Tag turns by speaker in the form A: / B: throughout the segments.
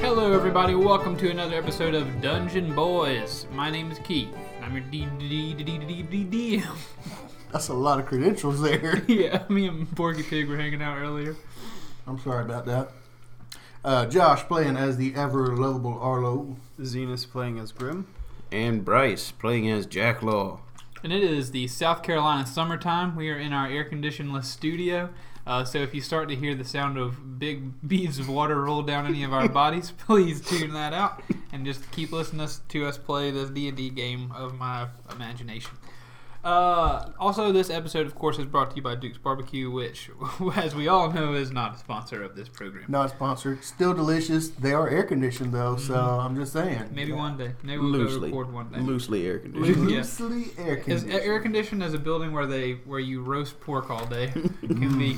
A: Hello, everybody. Welcome to another episode of Dungeon Boys. My name is Keith. I'm your D D D D D D D.
B: That's a lot of credentials there.
A: Yeah, me and Porky Pig were hanging out earlier.
B: I'm sorry about that. Uh, Josh playing as the ever lovable Arlo.
C: Xenos playing as Grim.
D: and Bryce playing as Jack Law.
A: And it is the South Carolina summertime. We are in our air conditionedless studio. Uh, so if you start to hear the sound of big beads of water roll down any of our bodies, please tune that out and just keep listening us- to us play this D&D game of my imagination. Uh, also, this episode, of course, is brought to you by Duke's Barbecue, which, as we all know, is not a sponsor of this program.
B: Not sponsored. Still delicious. They are air conditioned though, so I'm just saying.
A: Maybe one day. Maybe we'll
D: Loosely,
A: go record one day.
D: loosely air
A: Loose-
D: conditioned.
A: yeah.
B: Loosely air
A: Is uh,
B: conditioned.
A: air conditioned as a building where they where you roast pork all day can be.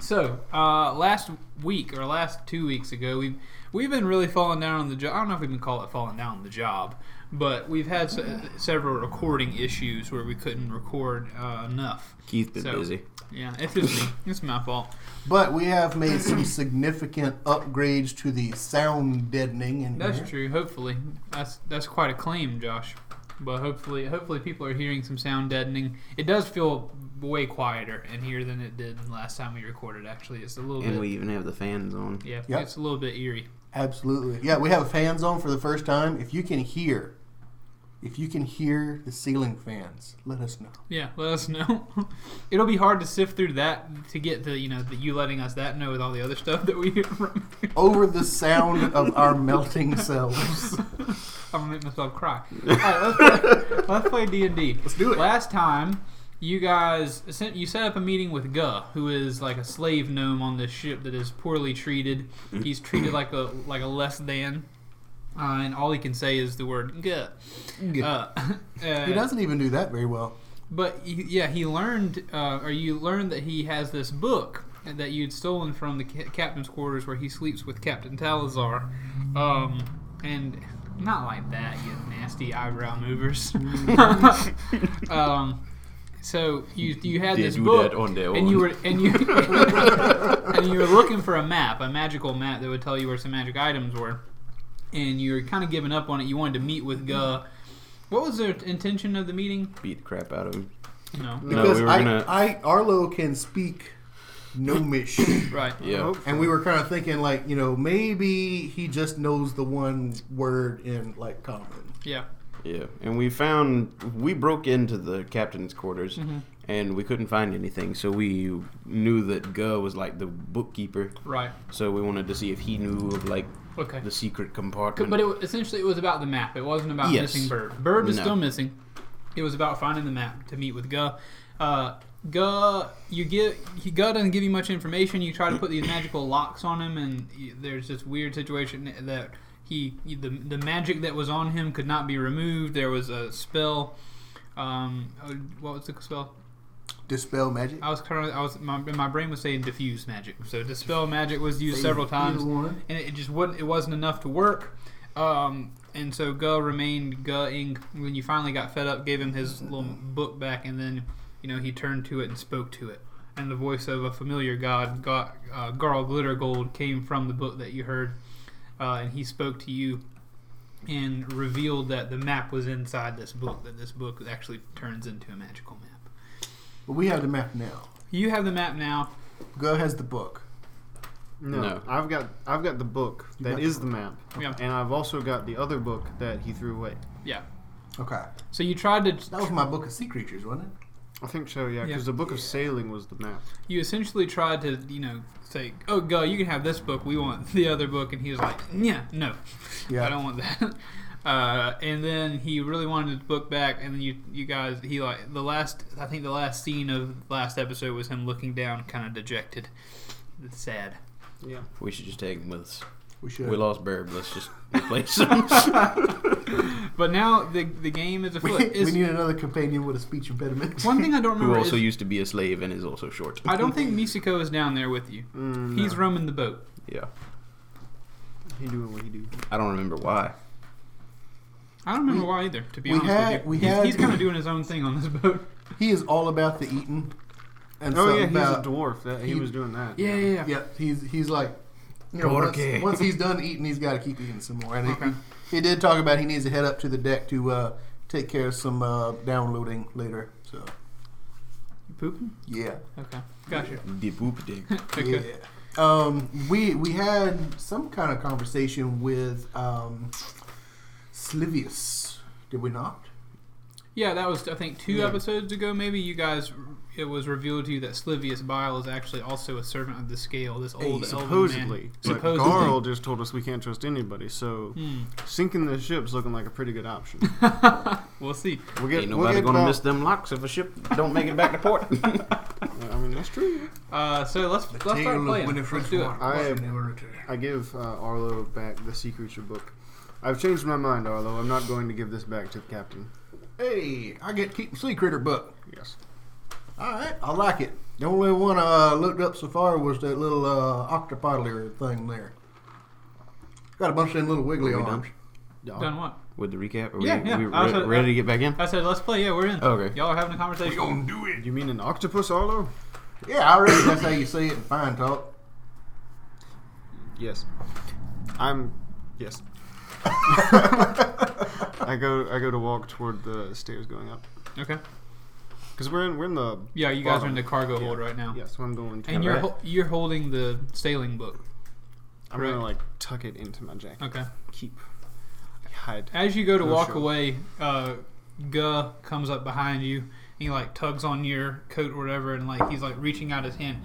A: So uh, last week or last two weeks ago, we've we've been really falling down on the job. I don't know if we can call it falling down on the job, but we've had se- several recording issues where we couldn't record uh, enough.
D: Keith been
A: So-
D: busy.
A: Yeah, it's just me. It's my fault.
B: but we have made some significant upgrades to the sound deadening. In
A: That's
B: here.
A: true. Hopefully, that's that's quite a claim, Josh. But hopefully, hopefully people are hearing some sound deadening. It does feel way quieter in here than it did last time we recorded. Actually, it's a little
D: And
A: bit.
D: we even have the fans on.
A: yeah,
B: Yeah.
A: it's a little bit eerie.
B: Absolutely. Yeah, we have fans on for the first time. If you can hear, if you can hear the ceiling fans, let us know.
A: Yeah, let us know. It'll be hard to sift through that to get to you know the, you letting us that know with all the other stuff that we hear from. you.
B: Over the sound of our melting selves.
A: I'm gonna make myself cry. All right, let's play, let's play D&D. Let's
B: do it.
A: Last time, you guys sent, you set up a meeting with Guh, who is like a slave gnome on this ship that is poorly treated. He's treated like a like a less than, uh, and all he can say is the word Guh.
B: Guh.
D: Um,
A: Uh,
B: He
A: uh,
B: doesn't even do that very well.
A: But he- yeah, he learned, uh, or you learned that he has this book that you'd stolen from the ca- captain's quarters where he sleeps with Captain Talazar. Um, and not like that, you nasty eyebrow movers. um, so you you had
D: They
A: this
D: do
A: book,
D: that on their
A: and you
D: own.
A: were and you and you were looking for a map, a magical map that would tell you where some magic items were. And you were kind of giving up on it. You wanted to meet with Guh. What was the intention of the meeting?
D: Beat the crap out of him.
A: No.
D: No,
B: Because
D: we were
B: I,
D: gonna-
B: I Arlo can speak gnomish,
A: Right.
D: Yeah.
C: Hope-
B: and we were kind of thinking like you know maybe he just knows the one word in like common.
A: Yeah.
D: Yeah. And we found we broke into the captain's quarters
A: Mm-hmm.
D: and we couldn't find anything, so we knew that Guh was like the bookkeeper.
A: Right.
D: So we wanted to see if he knew of like
A: Okay.
D: the secret compartment.
A: But it wa- essentially it was about the map. It wasn't about
D: Yes.
A: missing Bird. Bird is
D: No.
A: still missing. It was about finding the map to meet with Guh. Uh, Guh, you get he, Guh doesn't give you much information. You try to put these magical locks on him, and y there's this weird situation that he the the magic that was on him could not be removed. There was a spell. Um, uh, what was the spell?
B: Dispel magic.
A: I was kind of I was my, my brain was saying diffuse magic. So dispel magic was used several times.
B: Either one.
A: and it just wouldn't it wasn't enough to work um, and so Guh remained Guh-ing when you finally got fed up gave him his little book back and then you know he turned to it and spoke to it and the voice of a familiar god got, uh, Garl Glittergold came from the book that you heard uh, and he spoke to you and revealed that the map was inside this book that this book actually turns into a magical map
B: But we have the map now.
A: you have the map now
B: Go has the book.
C: No,
D: No.
C: I've got I've got the book
B: You
C: that
B: got
C: is the map,
A: yeah
C: and I've also got the other book that he threw away.
A: yeah
B: Okay,
A: so you tried to
B: that was my book of sea creatures, wasn't it?
C: I think so, yeah,
A: Yeah.
C: because the book of sailing was the map.
A: you essentially tried to, you know, say, "Oh, go, you can have this book. We want the other book." And he was like, "Yeah, no,
B: Yeah.
A: I don't want that." Uh, and then he really wanted his book back. And then you, you guys, he like the last. I think the last scene of last episode was him looking down, kind of dejected, It's sad.
C: Yeah.
D: we should just take him with us.
B: We should.
D: We lost Burb. Let's just replace him.
A: But now the the game is
B: we,
A: afoot. It's-
B: we need another companion with a speech impediment.
A: one thing I don't
D: Who
A: remember.
D: also
A: is,
D: used to be a slave and is also short.
A: I don't think Misako is down there with you.
C: Mm,
A: He's
C: no.
A: roaming the boat.
D: Yeah.
C: He doing what he do.
D: I don't remember why.
A: I don't remember
B: We-
A: why either. To be
B: we
A: honest
B: had-
A: with you,
B: we
A: he's,
B: had-
A: he's kind of doing his own thing on this boat.
B: He is all about the eating. And
C: oh
B: so
C: yeah, he's
B: about-
C: a dwarf. That he,
B: he-
C: was doing that.
A: Yeah, yeah, yeah.
B: Yeah, he's he's like You know, once,
D: Porque.
B: once he's done eating, he's got to keep eating some more. And he-
A: Okay.
B: he, did talk about he needs to head up to the deck to uh, take care of some uh, downloading later. So
A: You pooping?
B: yeah,
A: Okay. Gotcha.
D: The boop dick.
A: Okay.
B: yeah. Um, we we had some kind of conversation with um, Slivius, did we not?
A: Yeah, that was I think two
B: Yeah.
A: episodes ago. Maybe you guys, it was revealed to you that Slivius Bile is actually also a servant of the scale. This old elven
C: Supposedly.
A: man.
C: But Garl just told us we can't trust anybody, so
A: Hmm.
C: sinking the ship's looking like a pretty good option.
A: We'll see.
C: We'll get,
D: Ain't
C: we'll
D: nobody
C: get uh,
D: gonna
C: about-
D: miss them locks if a ship don't make it back to port.
C: I mean, that's true.
A: Uh, so let's let's start playing. Let's do it.
C: I I give uh, Arlo back the sea creature book. I've changed my mind, Arlo. I'm not going to give this back to the captain.
B: Hey, I get to keep the sea critter book.
C: Yes.
B: All right, I like it. The only one I looked up so far was that little uh, octopodler thing there. Got a bunch of them little wiggly
D: Are we done?
B: arms.
A: Done what?
D: With the recap, are we,
A: Yeah, yeah.
D: we re-
A: I was-
D: ready to get back in?
A: I said let's play. Yeah, we're in.
D: Okay.
A: Y'all are having a conversation.
B: do it.
C: You mean an octopus, Arlo?
B: Yeah, I reckon that's how you say it in fine talk.
C: Yes. I'm. Yes. I go. I go to walk toward the stairs going up
A: Okay.
C: because we're in. We're in the.
A: Yeah, you guys are in
C: bottom.
A: the cargo
C: Yeah.
A: hold right now.
C: Yes, I'm going. To
A: And you're
D: Alright.
A: hol- you're holding the sailing book.
C: I'm
A: correct.
C: gonna like tuck it into my jacket.
A: Okay.
C: Keep. Hide.
A: As you go to
C: Oh,
A: walk
C: sure.
A: away, uh, Guh comes up behind you. And he like tugs on your coat or whatever, and like he's like reaching out his hand.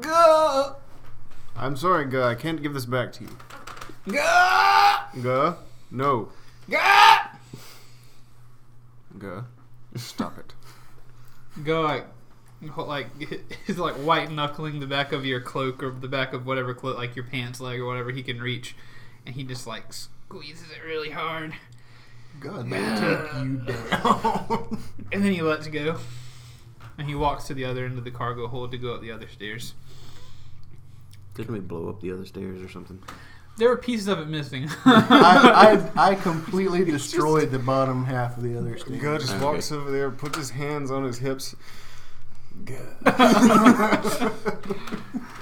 A: Guh,
C: I'm sorry, Guh. I can't give this back to you.
A: Guh,
C: Guh. No.
A: Guh.
C: Guh. Stop it.
A: Guh like ho- like he's like white knuckling the back of your cloak or the back of whatever cloak, like your pants leg or whatever he can reach, and he just like squeezes it really hard,
B: God, they take you down.
A: and then he lets go, and he walks to the other end of the cargo hold to go up the other stairs.
D: Didn't we blow up the other stairs or something?
A: There are pieces of it missing.
B: I, I, I completely destroyed the bottom half of the other stage.
C: Guh just
D: Okay.
C: walks over there, puts his hands on his hips.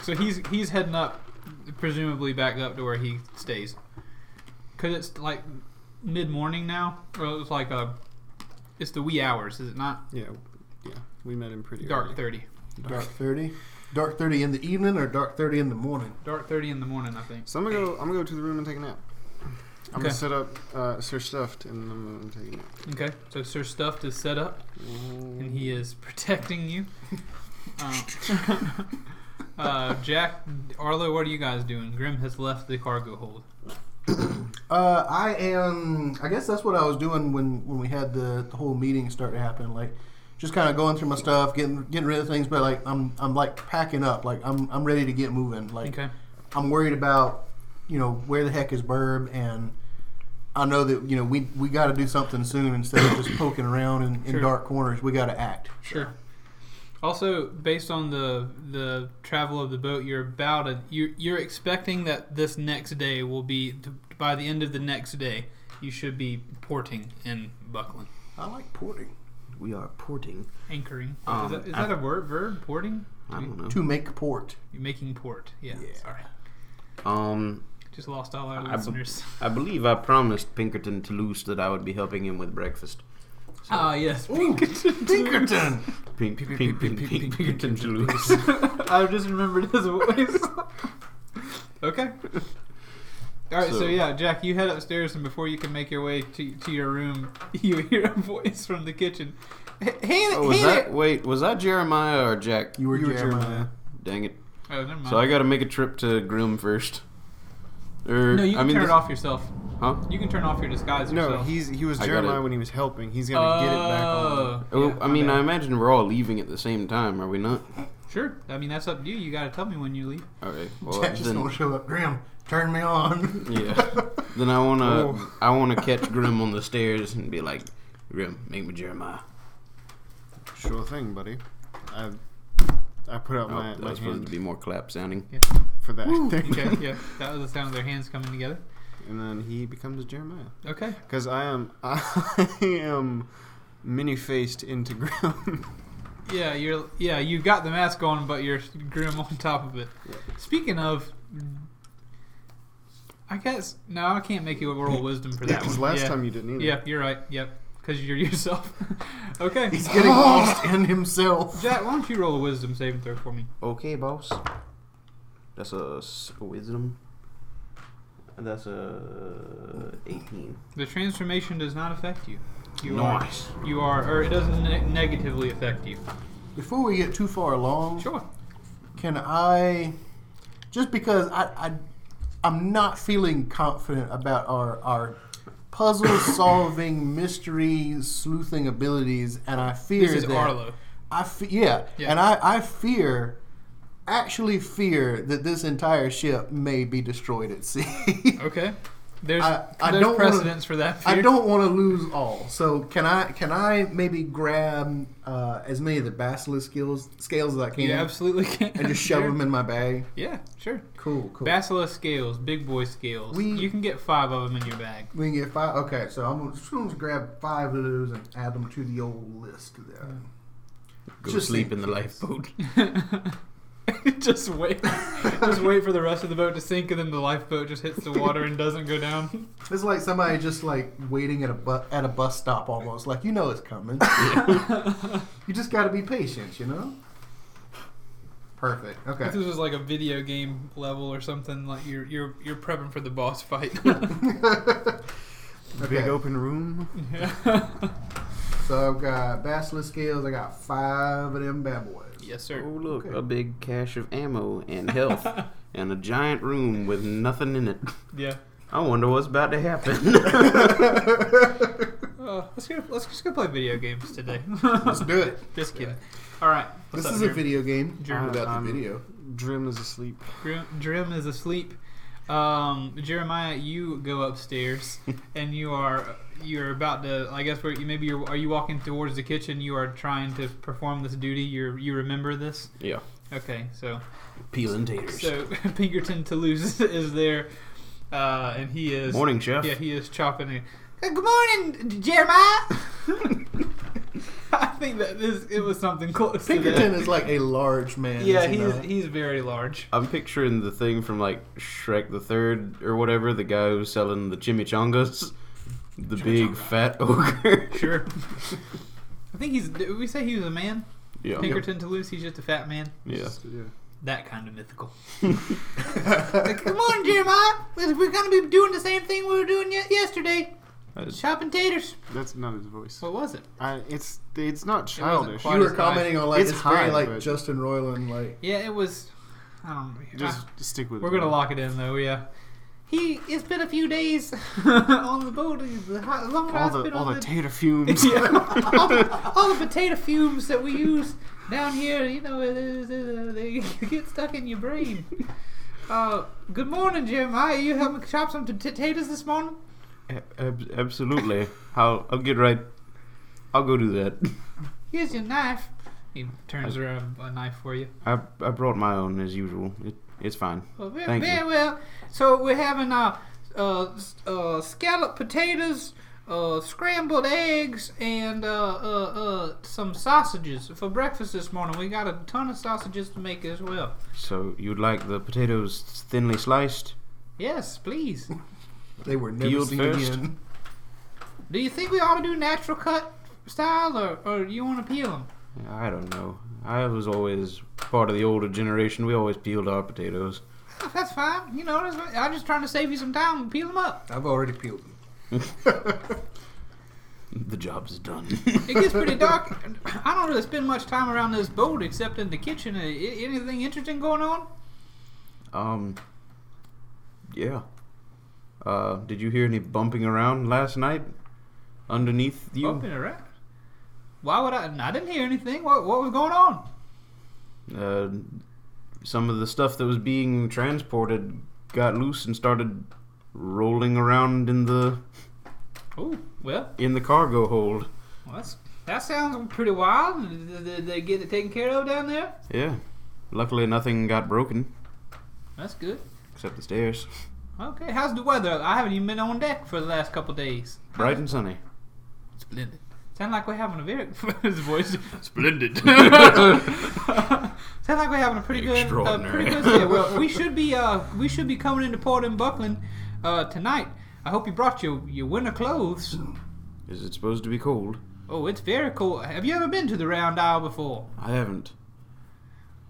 A: So he's he's heading up, presumably back up to where he stays, because it's like mid morning now, or it's like a, it's the wee hours, is it not?
C: Yeah, yeah. We met him pretty
A: Dark
C: early.
A: thirty,
B: Dark 30. Dark 30 in the evening or dark 30 in the morning?
A: dark thirty in the morning, I think.
C: So I'm gonna go. I'm gonna go to the room and take a nap. I'm
A: Okay.
C: gonna set up uh, Sir Stuffed and I'm gonna take a nap.
A: Okay, so Sir Stuffed is set up, and he is protecting you. Uh, uh, Jack, Arlo, what are you guys doing? Grim has left the cargo hold.
B: Uh, I am. I guess that's what I was doing when, when we had the, the whole meeting start to happen. Like, just kind of going through my stuff, getting getting rid of things, but like I'm I'm like packing up. Like I'm I'm ready to get moving. Like
A: Okay,
B: I'm worried about you know where the heck is Burb, and I know that you know we we got to do something soon instead of just poking around in, in
A: Sure.
B: dark corners. We got to act.
A: Sure. Also, based on the the travel of the boat, you're about a, you're, you're expecting that this next day will be by the end of the next day, you should be porting and buckling,
B: I like porting
D: We are porting.
A: anchoring.
D: Um,
A: is that, is
D: I-
A: that a word verb? Porting?
D: I don't know.
B: to make port.
A: You're making port. Yeah.
B: Yeah.
A: Sorry,
D: Um,
A: just lost all our
D: I- I-
A: listeners.
D: I believe I promised Pinkerton Toulouse that I would be helping him with breakfast.
A: Ah yes.
B: Pinkerton.
D: Pink, pink, pink, pink, pink, Pinkerton Toulouse.
A: I just remembered his voice. okay. All right, so,
D: So-
A: yeah, Jack, you head upstairs, and before you can make your way to, to your room, you hear a voice from the kitchen. Hey, hey,
D: Oh, was
A: hey
D: that?
A: there-
D: Wait, was that Jeremiah or Jack?
B: You were
C: You were
B: Jeremiah.
C: Jeremiah.
D: Dang it!
A: Oh, never mind.
D: So I got to make a trip to Groom first. Or
A: no, you can
D: I mean,
A: turn
D: this-
A: it off yourself.
D: Huh?
A: You can turn off your disguise
C: No,
A: yourself.
C: he's he was
D: I got
C: Jeremiah
D: it.
C: when he was helping. He's gonna get it back on.
D: Oh,
A: yeah,
D: I
A: my
D: mean,
A: bad.
D: I imagine we're all leaving at the same time, are we not?
A: Sure. I mean, that's up to you. You got to tell me when you leave.
D: Okay. Well,
B: Jack just
D: then,
B: gonna show up. Grim, turn me on.
D: yeah. Then I wanna,
C: Oh.
D: I wanna catch Grim on the stairs and be like, Grim, make me Jeremiah.
C: Sure thing, buddy. I I put out
D: Oh,
C: my,
D: that
C: my
D: was supposed to
C: hand
D: be more clap sounding.
C: for that thing,
A: Okay, yeah. That was the sound of their hands coming together.
C: and then he becomes Jeremiah
A: Okay.
C: because I am I am many faced into ground.
A: Yeah, you're. Yeah, you've got the mask on, but you're grim on top of it. Speaking of, I guess no, I can't make you a roll of wisdom for that
C: Because
A: one.
C: last
A: yeah.
C: time you didn't either.
A: yeah, you're right. Yep, because you're yourself. okay,
B: He's getting lost in himself.
A: Jack, why don't you roll a wisdom saving throw for me?
D: Okay, boss. That's a s- wisdom. That's a 18.
A: The transformation does not affect you. You are you are, or it doesn't ne- negatively affect you.
B: Before we get too far along,
A: Sure.
B: can I just because I, I I'm not feeling confident about our our puzzle solving mystery sleuthing abilities and I fear
A: This is
B: that
A: Arlo.
B: I fe- yeah,
A: Yeah.
B: and I I fear actually fear that this entire ship may be destroyed at
A: Oh,
B: sea.
A: Okay. There's
B: I- I
A: there's
B: don't wanna-
A: precedence for that.
B: I
A: fear.
B: don't want to lose all. So can I can I maybe grab uh, as many of the basilisk skills scales as I can
A: You absolutely can't.
B: and just shove
A: Sure.
B: them in my bag?
A: Yeah, sure.
B: Cool, cool.
A: Basilisk scales, big boy scales.
B: We-
A: you can get five of them in your bag.
B: We can get five. Okay, so I'm gonna, just gonna grab five of those and add them to the old list there.
D: Go
B: Just
D: sleep
B: in
D: in the
B: case.
D: lifeboat.
A: just wait. just wait for the rest of the boat to sink, and then the lifeboat just hits the water and doesn't go down.
B: It's like somebody just like waiting at a bu- at a bus stop almost. Like you know it's coming. you just got to be patient, you know. Perfect.
A: If
B: Okay.
A: this was like a video game level or something, like you're you're you're prepping for the boss fight.
C: Big
B: Okay.
C: open room.
B: So I've got basilisk scales. I got five of them bad boys.
A: yes,
D: Oh,
A: sir.
D: look,
B: Okay.
D: a big cache of ammo and health and a giant room with nothing in it.
A: Yeah.
D: I wonder what's about to happen.
A: Uh, let's go. Let's just go play video games today.
B: Let's do it.
A: just kidding. All right. What's
B: This
A: up,
B: is a
A: Drew?
B: video game
A: Jeremy.
B: without
C: Um,
B: the video.
C: Drim is asleep.
A: Grim, Drim is asleep. Um, Jeremiah, you go upstairs, and you are you're about to. I guess where you maybe you're are you walking towards the kitchen? You are trying to perform this duty. You you remember this?
D: yeah,
A: Okay, so
D: peeling taters.
A: so Pinkerton Toulouse is there, uh, and he is
D: Morning, chef.
A: yeah he is chopping. it. Good morning, Jeremiah. I think that this it was something close.
B: Pinkerton
A: to
B: is like a large
A: that.
B: man.
A: yeah
B: is he
A: he's
B: not?
A: he's very large.
D: I'm picturing the thing from like Shrek the Third or whatever, the guy who's selling the chimichangas, the big fat ogre.
A: Sure. I think he's. Did we say he was a man?
D: yeah.
A: Pinkerton Toulouse. He's just a fat man.
D: Yeah.
C: Just, yeah.
A: That kind of mythical. Like, Come on, Jeremiah. We're we're gonna be doing the same thing we were doing ye- yesterday.
D: I-
A: Chopping taters.
C: That's not his voice.
A: What was it?
C: I, it's it's not childish.
A: quite-
B: you were
A: high.
B: commenting on like it's,
C: It's
B: very
C: high,
B: like
C: but-
B: Justin Roiland like
A: Yeah, it was. I don't. know.
C: Just stick with.
A: Ah, we're
C: it.
A: gonna lock it in though. Yeah. He. It's been a few days on the boat. He's the hot- Longer
C: All
A: I've
C: the
A: been
C: all
A: on
C: the tater fumes.
A: yeah. all, the, all the potato fumes that we use down here, you know, it is- it- they get stuck in your brain. Uh, good morning, Jeremiah. You help me chop some t- potatoes this morning?
D: ab- absolutely. I'll, I'll get right. I'll go do that.
A: Here's your knife. He turns around a knife for you.
D: I, I brought my own as usual. It, it's fine.
A: Well, very,
D: Thank you.
A: very well. So we're having uh, uh, s- uh, scalloped potatoes, uh, scrambled eggs, and uh, uh, uh, some sausages for breakfast this morning. We got a ton of sausages to make as well.
D: So you'd like the potatoes thinly sliced?
A: Yes, please.
B: they were never
D: Peeled
B: seen
D: first.
B: again.
A: Do you think we ought to do natural cut style, or, or you want to peel them?
D: I don't know. I was always part of the older generation. We always peeled our potatoes.
A: Oh, That's fine. You know, that's fine. I'm just trying to save you some time and peel them up.
B: I've already peeled them.
D: The job's done.
A: It gets pretty dark. I don't really spend much time around this boat except in the kitchen. A- a- Anything interesting going on?
D: um. Yeah. Uh, did you hear any bumping around last night? Underneath you?
A: Open it up. Why would I? I didn't hear anything. What, what was going on?
D: Uh, some of the stuff that was being transported got loose and started rolling around in the
A: Oh, well,
D: in the cargo hold.
A: well, that's, that sounds pretty wild. Did- Did they get it taken care of down there?
D: Yeah. Luckily, nothing got broken
A: That's good.
D: except the stairs.
A: Okay, how's the weather? I haven't even been on deck for the last couple days.
D: Bright and sunny.
A: Splendid. Sound like we're having a very his voice. Splendid. Sound like we're having a pretty good, uh, pretty
D: Extraordinary.
A: good. Day. Well, we should be uh, we should be coming into port in Buckland Uh, tonight, I hope you brought your, your winter clothes.
D: Is it supposed to be cold?
A: Oh, it's very cool. Have you ever been to the Round Isle before?
D: I haven't.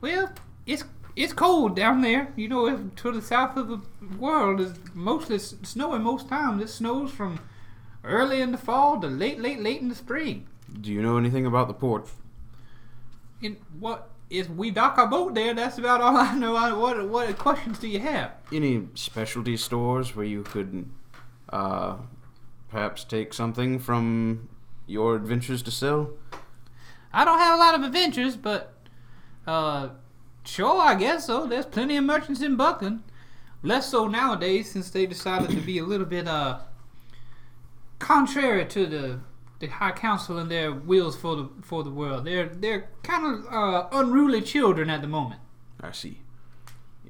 A: Well, it's it's cold down there. You know, if, to the south of the world is mostly s- snowing most times. It snows from early in the fall to late, late, late in the spring.
D: Do you know anything about the port?
A: And what is we dock our boat there? That's about all I know. I, what what questions do you have?
D: Any specialty stores where you could uh, perhaps take something from your adventures to sell?
A: I don't have a lot of adventures, but uh, sure, I guess so. There's plenty of merchants in Buckland. Less so nowadays since they decided to be a little bit uh contrary to the the High Council and their wills for the for the world. They're they're kind of uh, unruly children at the moment.
D: I see.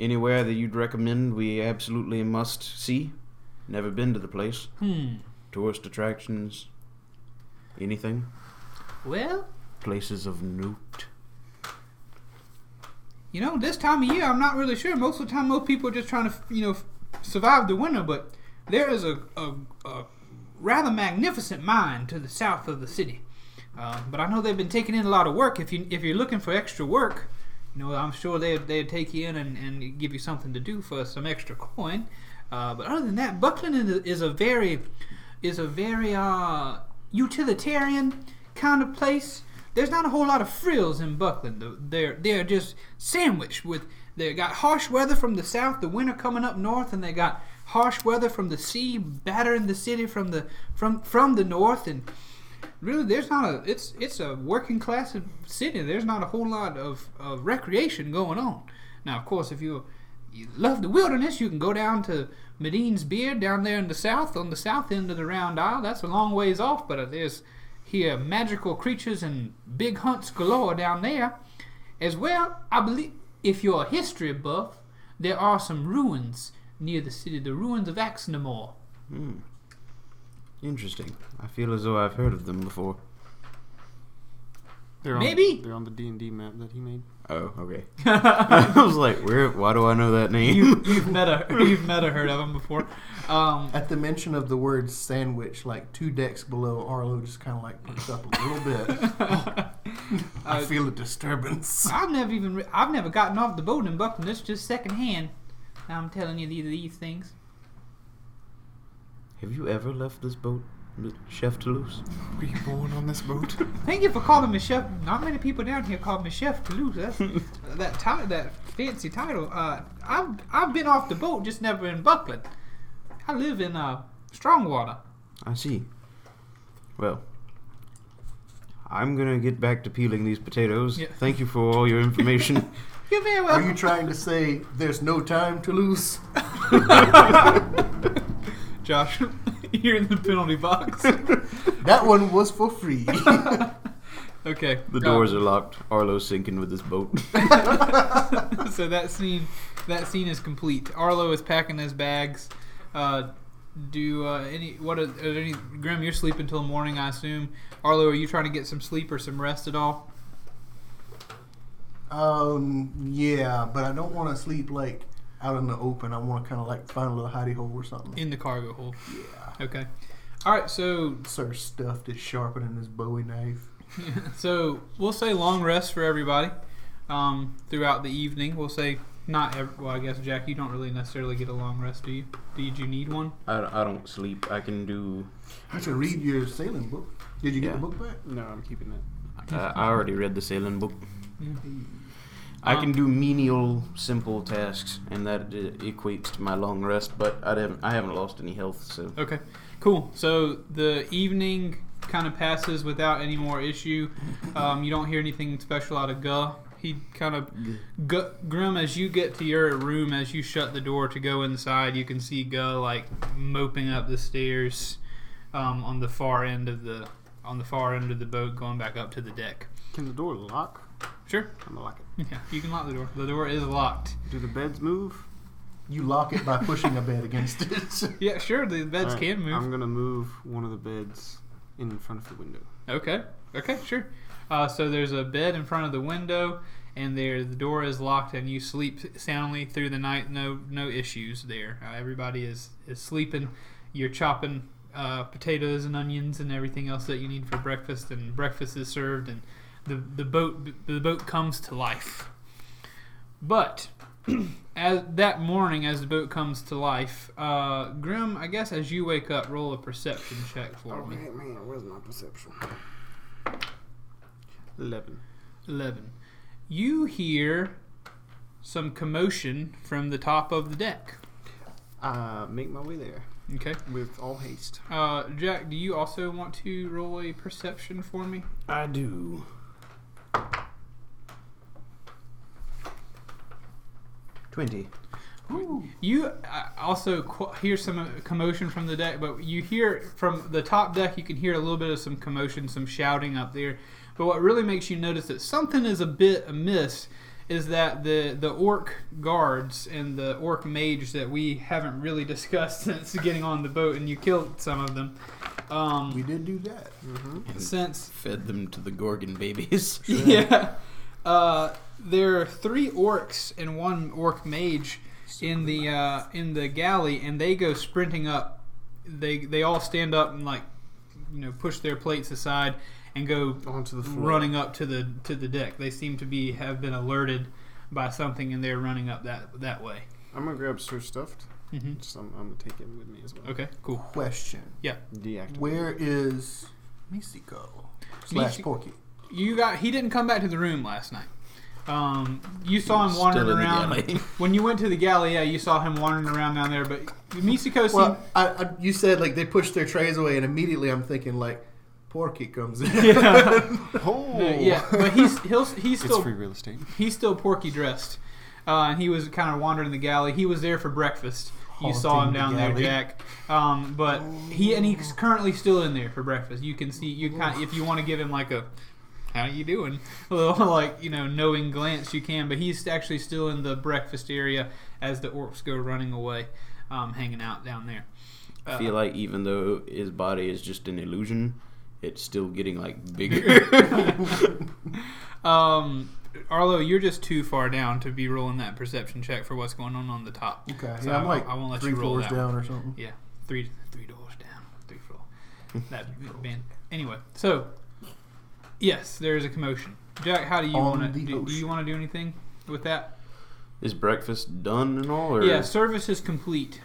D: Anywhere that you'd recommend we absolutely must see? Never been to the place.
A: Hmm.
D: Tourist attractions? Anything?
A: Well,
D: Places of note?
A: you know, this time of year, I'm not really sure. Most of the time, most people are just trying to, you know, survive the winter. But there is a, a, a rather magnificent mine to the south of the city. Uh, but I know they've been taking in a lot of work. If you if you're looking for extra work, you know, I'm sure they they'd take you in and, and give you something to do for some extra coin. Uh, but other than that, Buckland is a, is a very is a very uh, utilitarian kind of place. There's not a whole lot of frills in Buckland. The- They're they're just sandwiched with they got harsh weather from the south, the winter coming up north, and they got harsh weather from the sea battering the city from the from from the north and really there's not a it's it's a working class city there's not a whole lot of, of recreation going on now of course if you you love the wilderness you can go down to Medine's Beard down there in the south on the south end of the round isle that's a long ways off but uh, there's here magical creatures and big hunts galore down there as well I believe if you're a history buff there are some ruins near the city the ruins of Axnamore
D: Hmm. Interesting. I feel as though I've heard of them before.
C: They're on,
A: Maybe.
C: they're on the D and D map that he made.
D: Oh, okay. I was like, where? Why do I know that name?
A: you've never you've never heard of them before um
B: At the mention of the word sandwich, like two decks below, Arlo just kind of like perks up a little bit. I feel a disturbance.
A: I've never even re- I've never gotten off the boat in Buckland. It's just secondhand. Now I'm telling you these these things.
D: Have you ever left this boat, L- Chef Toulouse?
C: Were you born on this boat?
A: Thank you for calling me chef. Not many people down here call me chef Toulouse. That's, that ti- that fancy title. Uh, I've I've been off the boat, just never in Buckland. I live in uh Strongwater.
D: I see. Well, I'm gonna get back to peeling these potatoes.
A: Yeah.
D: Thank you for all your information.
A: You're very
B: Are you
A: welcome.
B: trying to say there's no time to lose?
A: Josh, you're in the penalty box.
B: That one was for free.
A: okay.
D: the doors are locked. Arlo's sinking with his boat.
A: so that scene, that scene is complete. Arlo is packing his bags. Uh, do uh, any what are, are there any Grim? You're sleeping till morning, I assume. Arlo, are you trying to get some sleep or some rest at all?
B: um, yeah, but I don't want to sleep like out in the open. I want to kind of like find a little hidey hole or something.
A: In the cargo hold.
B: Yeah.
A: Okay. All right. So
B: Sir stuffed is sharpening his Bowie knife.
A: so we'll say long rest for everybody um, throughout the evening. We'll say not. Every, well, I guess Jack, you don't really necessarily get a long rest, do you? Did you need one?
D: I, I don't sleep. I can do.
B: I should read your sailing book. Did you get the
D: Yeah.
B: book back?
C: no, I'm keeping that.
D: Uh, I already read the sailing book.
A: Yeah.
D: I
A: Uh-huh.
D: can do menial, simple tasks, and that uh, equates to my long rest. But I haven't, I haven't lost any health, so
A: Okay, cool. So the evening kind of passes without any more issue. Um, you don't hear anything special out of Guh. He kind of Gu Grim as you get to your room, as you shut the door to go inside, you can see Guh like moping up the stairs um, on the far end of the on the far end of the boat, going back up to the deck.
C: Can the door lock?
A: Sure,
C: I'm gonna lock it.
A: yeah, you can lock the door. The door is locked.
C: Do the beds move?
B: You lock it by pushing a bed against it.
A: Yeah, sure. The beds
C: Alright,
A: can move.
C: I'm gonna move one of the beds in front of the window.
A: Okay. Okay. Sure. Uh, so there's a bed in front of the window, and there the door is locked, and you sleep soundly through the night. No, no issues there. Uh, everybody is is sleeping. You're chopping uh, potatoes and onions and everything else that you need for breakfast, and breakfast is served, and the the boat the boat comes to life. But as that morning, as the boat comes to life, uh, Grim, I guess as you wake up, roll a perception check for me.
C: Oh, man, where's my perception? Eleven.
A: 11. You hear some commotion from the top of the deck.
C: Uh, make my way there
A: Okay.
C: with all haste.
A: Uh, Jack, do you also want to roll a perception for me?
D: I do. Twenty.
A: You uh, also qu- hear some uh, commotion from the deck, but you hear from the top deck, you can hear a little bit of some commotion, some shouting up there. But what really makes you notice that something is a bit amiss is that the, the orc guards and the orc mage that we haven't really discussed since getting on the boat, and you killed some of them. Um,
B: We did do that.
A: since
D: Fed them to the Gorgon babies.
A: yeah uh, there are three orcs and one orc mage in the uh, in the galley and they go sprinting up they they all stand up and like you know push their plates aside and go
C: Onto the floor.
A: running up to the to the deck they seem to be have been alerted by something and they're running up that that way
C: I'm gonna grab Sir Stuffed.
D: Mm-hmm.
A: hmm
C: Just, I'm, I'm gonna take him with me as well.
A: okay cool
B: Question:
C: Deactivate.
B: Where is Misiko slash
A: Misi-
B: Porky?
A: you got he didn't come back to the room last night um, you saw him
D: Still
A: wandering
D: in the
A: around
D: galley.
A: when you went to the galley. Yeah, you saw him wandering around down there. But Misiko seemed
B: Well, I, I, you said like they pushed their trays away, and immediately I'm thinking like Porky comes in.
A: yeah,
C: Oh,
A: No, yeah. But he's he'll, he's
C: It's
A: still
C: free real estate.
A: he's still porky dressed, uh, and he was kind of wandering the galley. He was there for breakfast. You saw him
B: Haunting the
A: down there,
B: galley.
A: Jack. Um, but he and he's currently still in there for breakfast. You can see you kind if you want to give him like a how you doing a little like you know knowing glance you can. But he's actually still in the breakfast area as the orcs go running away, um, hanging out down there. Uh,
D: I feel like even though his body is just an illusion, it's still getting like bigger.
A: Um, Arlo, you're just too far down to be rolling that perception check for what's going on on the top.
B: Okay,
A: So
B: yeah,
A: I
B: I'm
A: won't-
B: like
A: I won't let
B: three
A: you roll
B: floors
A: that
B: down or something.
A: Yeah, three three doors down, three floor. That band. Anyway, so yes, there is a commotion. Jack, how do you
B: On
A: want to
B: the
A: do, do? You
B: ocean.
A: want to do anything with that?
D: is breakfast done and all? Or
A: Yeah, service is complete.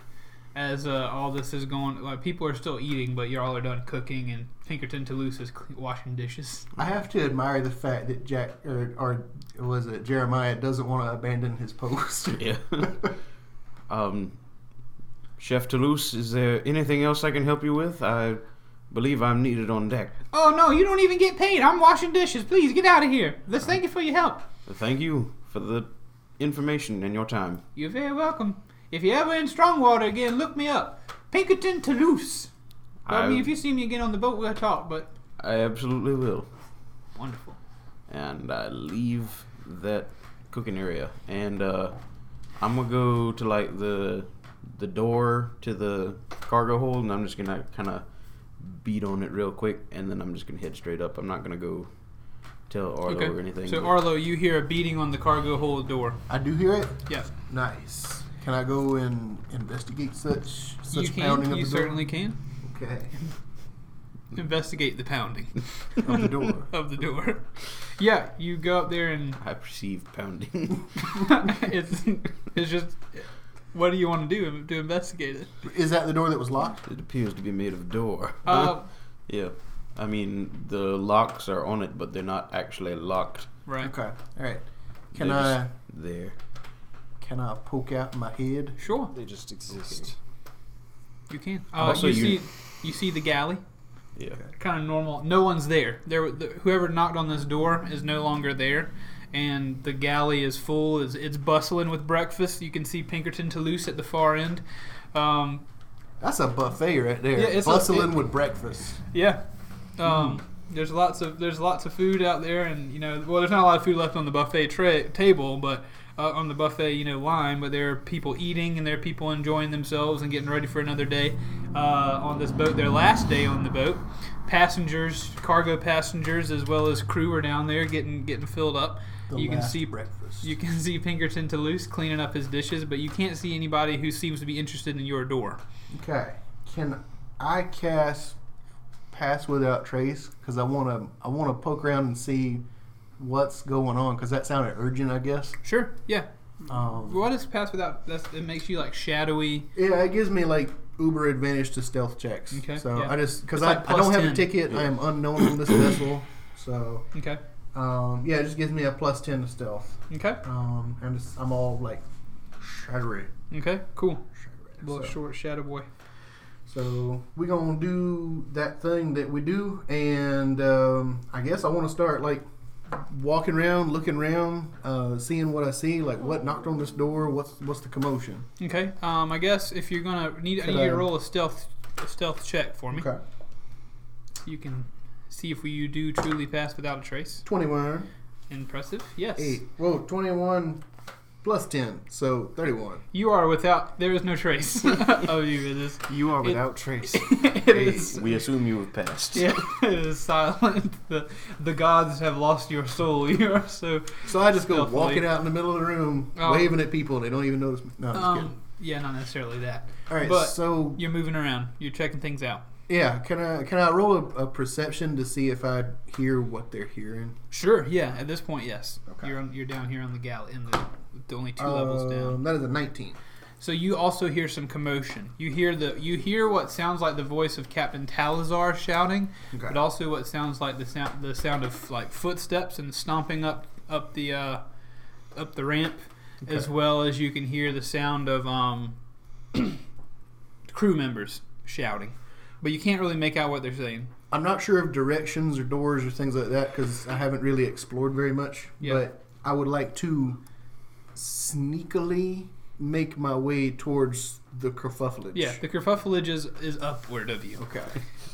A: As uh, all this is going, like people are still eating, but y'all are done cooking, and Pinkerton Toulouse is cle- washing dishes.
B: I have to admire the fact that Jack or, or was it Jeremiah doesn't want to abandon his post.
D: Yeah. um, Chef Toulouse, is there anything else I can help you with? I believe I'm needed on deck.
A: Oh no, you don't even get paid. I'm washing dishes. Please get out of here. Let's thank you for your help.
D: Thank you for the information and your time.
A: You're very welcome. If you're ever in Strongwater again, look me up. Pinkerton Toulouse. I,
D: I-
A: mean, if you see me again on the boat, we'll talk, but
D: I absolutely will.
A: wonderful.
D: And I leave that cooking area, and uh, I'm gonna go to like the the door to the cargo hold, and I'm just gonna kind of beat on it real quick, and then I'm just gonna head straight up. I'm not gonna go tell Arlo or anything.
A: So,
D: but-
A: Arlo, you hear a beating on the cargo hold door.
B: I do hear it.
A: Yeah.
B: Nice. Can I go and investigate such such
A: you
B: pounding
A: can.
B: of
A: You
B: the door?
A: certainly can.
B: Okay.
A: Investigate the pounding
B: Of the door.
A: of the door. Yeah, you go up there and
D: I perceive pounding.
A: it's, it's just. What do you want to do to investigate it?
B: Is that the door that was locked?
D: it appears to be made of door.
A: Uh,
D: yeah. I mean, the locks are on it, but they're not actually locked
A: right.
B: Okay. All right. Can
D: They
B: I
D: just- there.
B: can I poke out my head?
A: Sure,
C: They just exist.
A: you can. Uh,
D: Also,
A: you,
D: you-
A: see, you see the galley.
D: Yeah.
A: kind of normal. No one's there. There, the, whoever knocked on this door is no longer there, and the galley is full. It's, it's bustling with breakfast. You can see Pinkerton Toulouse at the far end. Um,
B: That's a buffet right there.
A: Yeah, it's a-
B: Bustling
A: it-
B: with breakfast.
A: yeah.
B: Hmm.
A: Um, There's lots of there's lots of food out there, and you know, well, there's not a lot of food left on the buffet tray table, but uh, on the buffet, you know, line. But there are people eating, and there are people enjoying themselves and getting ready for another day uh, on this boat. Their last day on the boat. Passengers, cargo passengers, as well as crew are down there getting getting filled up.
B: the
A: You can
B: last
A: see-
B: breakfast.
A: You can see Pinkerton Toulouse cleaning up his dishes, but you can't see anybody who seems to be interested in your door.
B: Okay. Can I cast Pass Without Trace? Because I want to. I want to poke around and see what's going on. Because that sounded urgent, I guess.
A: Sure, yeah.
B: Um,
A: What is pass without? That's, it makes you like shadowy.
B: yeah, it gives me like uber advantage to stealth checks.
A: Okay,
B: So
A: yeah.
B: I just because
A: It's
B: I,
A: like
B: I don't
A: plus
B: have
A: 10.
B: a ticket. I am unknown on this vessel. So
A: Okay,
B: um, yeah, it just gives me a plus ten to stealth.
A: okay,
B: Um, and it's, I'm all like shadowy.
A: okay. Cool.
B: shadowy,
A: Little
B: so.
A: short shadow boy.
B: So we gonna do that thing that we do, and um, I guess I want to start like walking around, looking around, uh, seeing what I see, like what knocked on this door, what's what's the commotion.
A: Okay. Um, I guess if you're gonna need, I
B: Could
A: need you
B: I-
A: to roll a stealth, a stealth check for me.
B: Okay,
A: You can see if you do truly pass without a trace.
B: twenty-one,
A: Impressive. Yes.
B: eight, whoa, twenty-one plus ten, so thirty-one.
A: You are without. There is no trace of you. It is.
C: You are without trace.
A: It
D: Hey,
A: is.
D: we assume you have passed.
A: Yeah, it is silent. The the gods have lost your soul. You are so.
B: So I just go
A: Stealthily.
B: walking out in the middle of the room,
A: Oh.
B: waving at people, and they don't even notice me. No, I'm just kidding.
A: Um, yeah, not necessarily that.
B: All right,
A: but-
B: so
A: You're moving around. You're checking things out.
B: yeah, can I can I roll a, a perception to see if I hear what they're hearing?
A: Sure. Yeah. At this point, yes.
B: Okay.
A: You're on, you're down here on the galley in the, the only two levels down.
B: Um, That is a nineteen.
A: So you also hear some commotion. You hear the you hear what sounds like the voice of Captain Talazar shouting,
B: Okay.
A: but also what sounds like the sound the sound of like footsteps and stomping up up the uh, up the ramp, as well as you can hear the sound of um, crew members shouting. But you can't really make out what they're saying.
B: I'm not sure of directions or doors or things like that because I haven't really explored very much.
A: Yeah.
B: But I would like to sneakily make my way towards the kerfufflage.
A: Yeah, the kerfuffle is is upward of you.
B: Okay.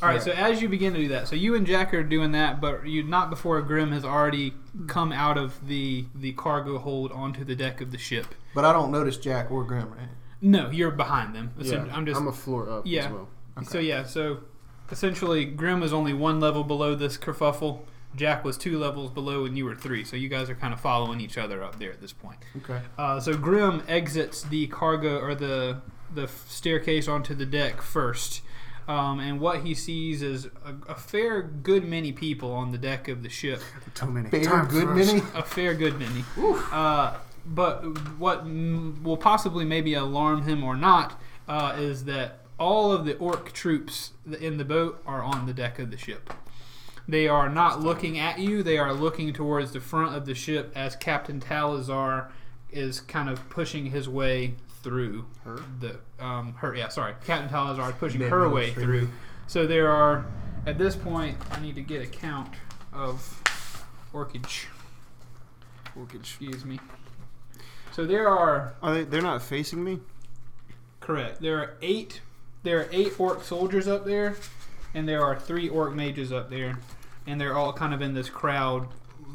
A: All right, so as you begin to do that, so you and Jack are doing that, but you not before Grim has already come out of the the cargo hold onto the deck of the ship.
B: But I don't notice Jack or Grim, right?
A: No, you're behind them. So
C: yeah,
A: I'm just
C: a floor up
A: Yeah.
C: as well.
A: so yeah. So essentially, Grim is only one level below this kerfuffle. Jack was two levels below, and you were three. So you guys are kind of following each other up there at this point.
B: Okay.
A: Uh, so Grim exits the cargo or the the staircase onto the deck first, um, and what he sees is a, a fair good many people on the deck of the ship.
C: Too many.
B: Fair,
C: Time
B: good
C: for us.
B: many.
A: A fair good many. Uh, but what m- will possibly maybe alarm him or not uh, is that all of the orc troops in the boat are on the deck of the ship. They are not looking at you. They are looking towards the front of the ship as Captain Talazar is kind of pushing his way through her. The um, her yeah sorry Captain Talazar is pushing her
B: Nebula
A: way
B: Tree.
A: through. So there are at this point I need to get a count of orchage.
C: Orchid.
A: Excuse me. So there are
C: Are they? They're not facing me.
A: correct. There are eight. There are eight orc soldiers up there, and there are three orc mages up there, and they're all kind of in this crowd,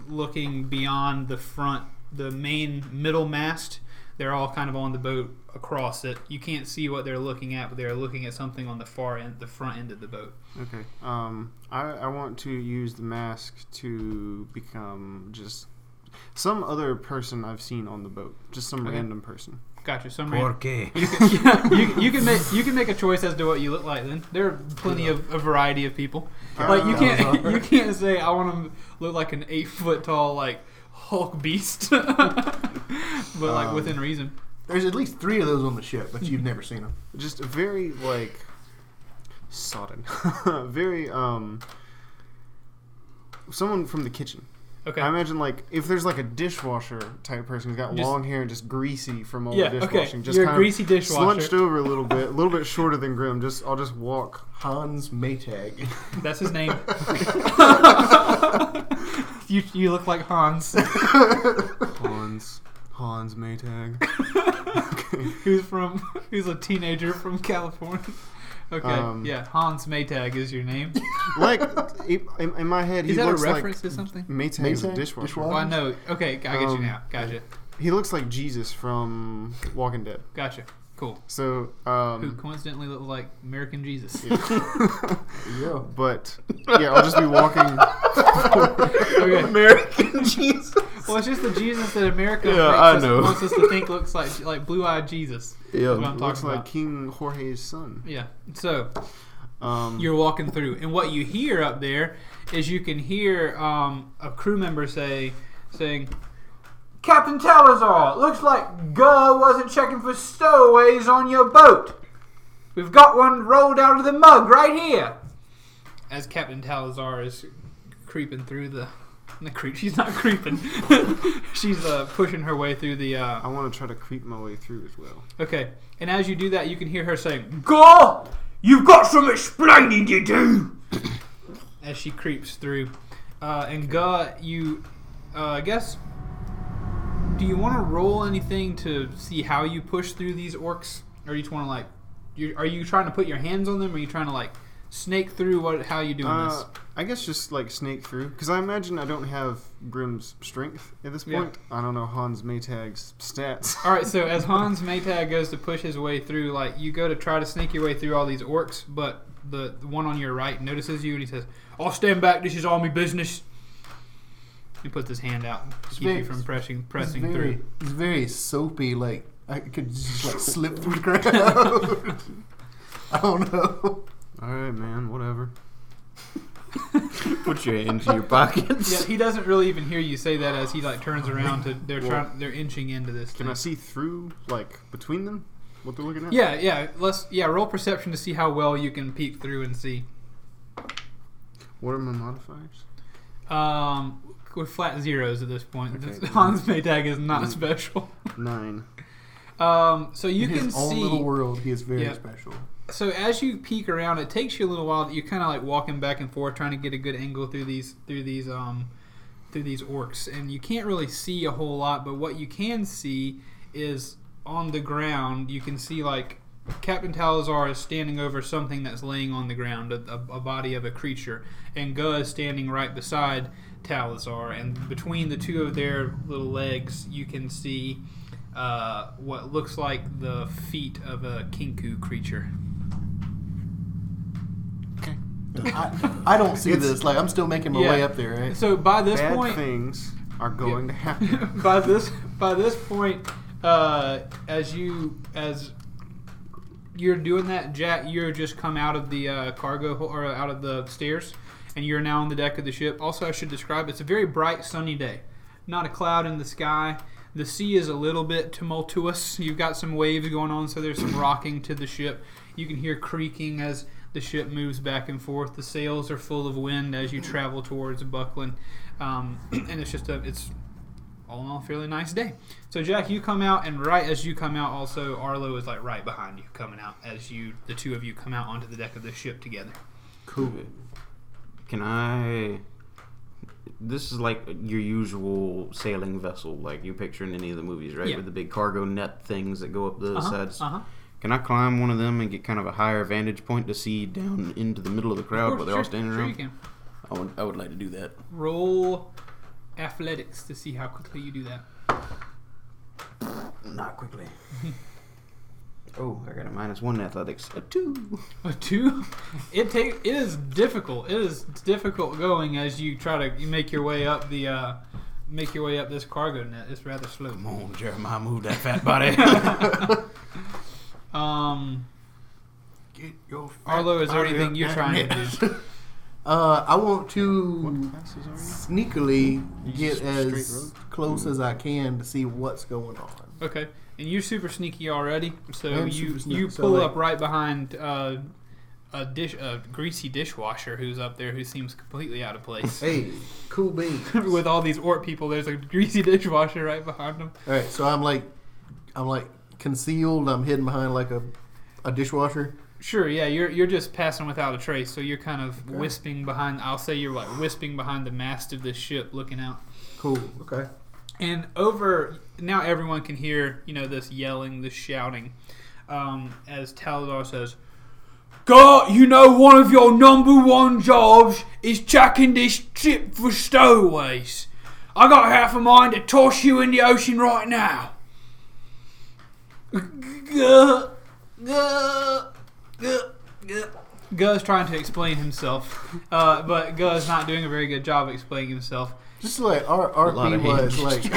A: looking beyond the front, the main middle mast. They're all kind of on the boat across it. You can't see what they're looking at, but they're looking at something on the far end, the front end of the boat.
C: Okay. Um, I, I want to use the mask to become just some other person I've seen on the boat. Just some
A: Okay.
C: random person.
A: Gotcha. Some random-
D: Okay.
A: you, you can make you can make a choice as to what you look like. Then there are plenty of a variety of people.
C: Yeah.
A: Like you
C: Uh,
A: can't you can't say I want to look like an eight foot tall like Hulk beast, but like
C: Um,
A: within reason.
B: There's at least three of those on the ship, but you've never seen them.
C: Just very like sodden. very um. Someone from the kitchen.
A: Okay.
C: I imagine like if there's like a dishwasher type person who's got
A: Just-
C: long hair and just greasy from all
A: yeah.
C: the
A: Okay.
C: dishwashing, just
A: You're a
C: kind
A: greasy
C: of slouched
A: dishwasher.
C: over a little bit, a little bit shorter than Grim. Just I'll just walk.
B: Hans Maytag.
A: That's his name. you you look like Hans,
C: Hans, Hans Maytag.
A: who's from who's a teenager from California. Okay.
C: Um,
A: yeah. Hans Maytag is your name.
C: like in, in in my head,
A: Is
C: he
A: that a
C: looks
A: reference
C: like
A: to something?
C: Maytag is a
B: Maytag?
C: dishwasher.
B: Dishwasher?
A: Well, I know. Okay, I get you
C: Um,
A: now. Gotcha.
C: He looks like Jesus from Walking Dead.
A: Gotcha. Cool.
C: So,
A: Who
C: um,
A: coincidentally looked like American Jesus.
B: Yeah.
C: but yeah, I'll just be walking.
A: Okay.
B: American Jesus.
A: Well, it's just the Jesus that America
D: Yeah,
A: makes
D: I
A: us-
D: know.
A: wants us to think looks like like blue eyed Jesus. That's what
D: Yeah.
A: I'm
C: Looks
A: talking
C: like
A: about.
C: King Jorge's son.
A: Yeah. So
C: Um,
A: you're walking through, and what you hear up there is you can hear um, a crew member say saying. Captain Talazar, looks like Gurr wasn't checking for stowaways on your boat. We've got one rolled out of the mug right here. As Captain Talazar is creeping through the, the creep, she's not creeping. she's uh, pushing her way through the uh,
C: I want to try to creep my way through as well.
A: Okay, and as you do that, you can hear her saying, "Gore, you've got some explaining to do." as she creeps through, uh, and Gore, you, uh, I guess, do you want to roll anything to see how you push through these orcs, or you just want to like, you, are you trying to put your hands on them, or are you trying to like snake through? What? How you doing
C: Uh,
A: this?
C: I guess just like snake through, because I imagine I don't have Grimm's strength at this
A: Yeah.
C: point. I don't know Hans Maytag's stats.
A: All right, so as Hans Maytag goes to push his way through, like you go to try to sneak your way through all these orcs, but the, the one on your right notices you and he says, "I'll stand back. This is all me business." He puts his hand out to keep
B: Sweet.
A: you from pressing
B: It's
A: pressing
B: very,
A: through.
B: it's very soapy. Like I could just like slip through the ground. I don't know.
C: All right, man, whatever.
D: Put your hands in your
A: Yeah,
D: pockets.
A: he doesn't really even hear you say that as he like turns around to they're
C: Well,
A: trying they're inching into this.
C: Can I
A: thing.
C: see through, like between them, what they're looking at?
A: Yeah, yeah. Let's yeah roll perception to see how well you can peek through and see.
C: What are my modifiers?
A: Um, we're flat zeros at this point.
C: Okay.
A: This- Hans Maytag is not
C: Mm.
A: special.
C: Nine.
A: Um, so you
B: In
A: can
B: his own
A: see
B: little world. He is very
A: Yeah.
B: special.
A: so as you peek around, it takes you a little while. You're kind of like walking back and forth, trying to get a good angle through these through these um through these orcs, and you can't really see a whole lot. But what you can see is on the ground. You can see like Captain Talazar is standing over something that's laying on the ground, a, a, a body of a creature, and Gus is standing right beside Talazar, and between the two of their little legs, you can see. Uh, what looks like the feet of a kinku creature.
B: I, I don't see
C: It's-
B: this. Like I'm still making my
A: Yeah.
B: way up there. Right?
A: So by this
C: Bad
A: point,
C: things are going to happen.
A: by this by this point, uh, as you as you're doing that, Jack, you're just come out of the uh, cargo ho- or out of the stairs, and you're now on the deck of the ship. Also, I should describe it's a very bright, sunny day. Not a cloud in the sky. The sea is a little bit tumultuous. You've got some waves going on, so there's some rocking to the ship. You can hear creaking as the ship moves back and forth. The sails are full of wind as you travel towards Buckland, um, and it's just a it's all in all, fairly nice day. So Jack, you come out, and right as you come out, also Arlo is like right behind you, coming out as you, the two of you, come out onto the deck of the ship together.
D: Cool. Can I? This is like your usual sailing vessel, like you picture in any of the movies, right?
A: Yeah.
D: With the big cargo net things that go up the sides.
A: Uh-huh.
D: Can I climb one of them and get kind of a higher vantage point to see down into the middle of the crowd
A: Of course,
D: while they're all
A: sure,
D: standing
A: sure you
D: around?
A: can.
D: I would, I would like to do that.
A: Roll athletics to see how quickly you do that.
D: Not quickly. oh, I got a minus one in athletics. A two.
A: A two. It take it is difficult. It is difficult going as you try to make your way up the, uh, make your way up this cargo net. It's rather slow.
D: Come on, Jeremiah, move that fat body.
A: Um,
B: Get your
A: Arlo, is there
B: body
A: anything
B: up
A: you're
B: there.
A: trying to do?
B: Uh, I want
C: what
B: to
C: classes are
B: sneakily
C: You
B: get
C: just straight
B: as
C: road?
B: close as I can to see what's going on.
A: Okay, and you're super sneaky already, so
B: I am
A: you
B: super sneaky,
A: you
B: so,
A: pull
B: like-
A: up right behind uh, a dish a greasy dishwasher who's up there who seems completely out of place.
B: Hey, cool beans. All
A: With all these orc people, there's a greasy dishwasher right behind them.
B: right, so I'm like, I'm like concealed. I'm hidden behind like a, a dishwasher.
A: Sure, yeah, you're you're just passing without a trace, so you're kind of wisping behind. I'll say you're like wisping behind the mast of this ship, looking out.
B: Cool. Okay.
A: And over now, everyone can hear you know this yelling, this shouting, um, as Taladar says, "God, you know one of your number one jobs is checking this ship for stowaways. I got half a mind to toss you in the ocean right now." Guh, guh, guh, guh. Guh's trying to explain himself, uh, but Guh's not doing a very good job explaining himself.
B: Just like R-
D: lot
B: RP
D: of
B: was
D: hinges.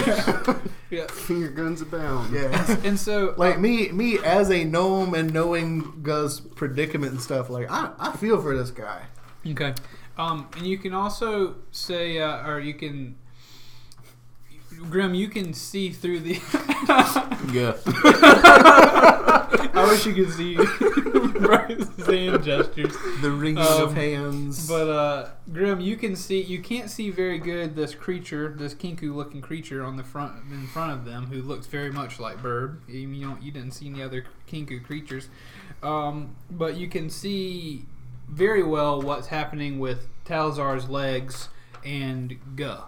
B: like,
A: Yeah.
C: Finger guns abound.
B: yeah,
A: And so,
B: like me, me as a gnome and knowing Guz's predicament and stuff. Like I, I feel for this guy.
A: Okay. Um, and you can also say, uh, or you can, Grim, you can see through the.
D: Yeah.
A: I wish you could see Bryce's hand gestures.
B: The wringing
A: Um,
B: of hands.
A: But uh, Grim, you can see you can't see very good this creature, this kinku-looking creature on the front in front of them, who looks very much like Bird. You you don't, you didn't see any other kinku creatures, um, but you can see very well what's happening with Talzar's legs and Guh.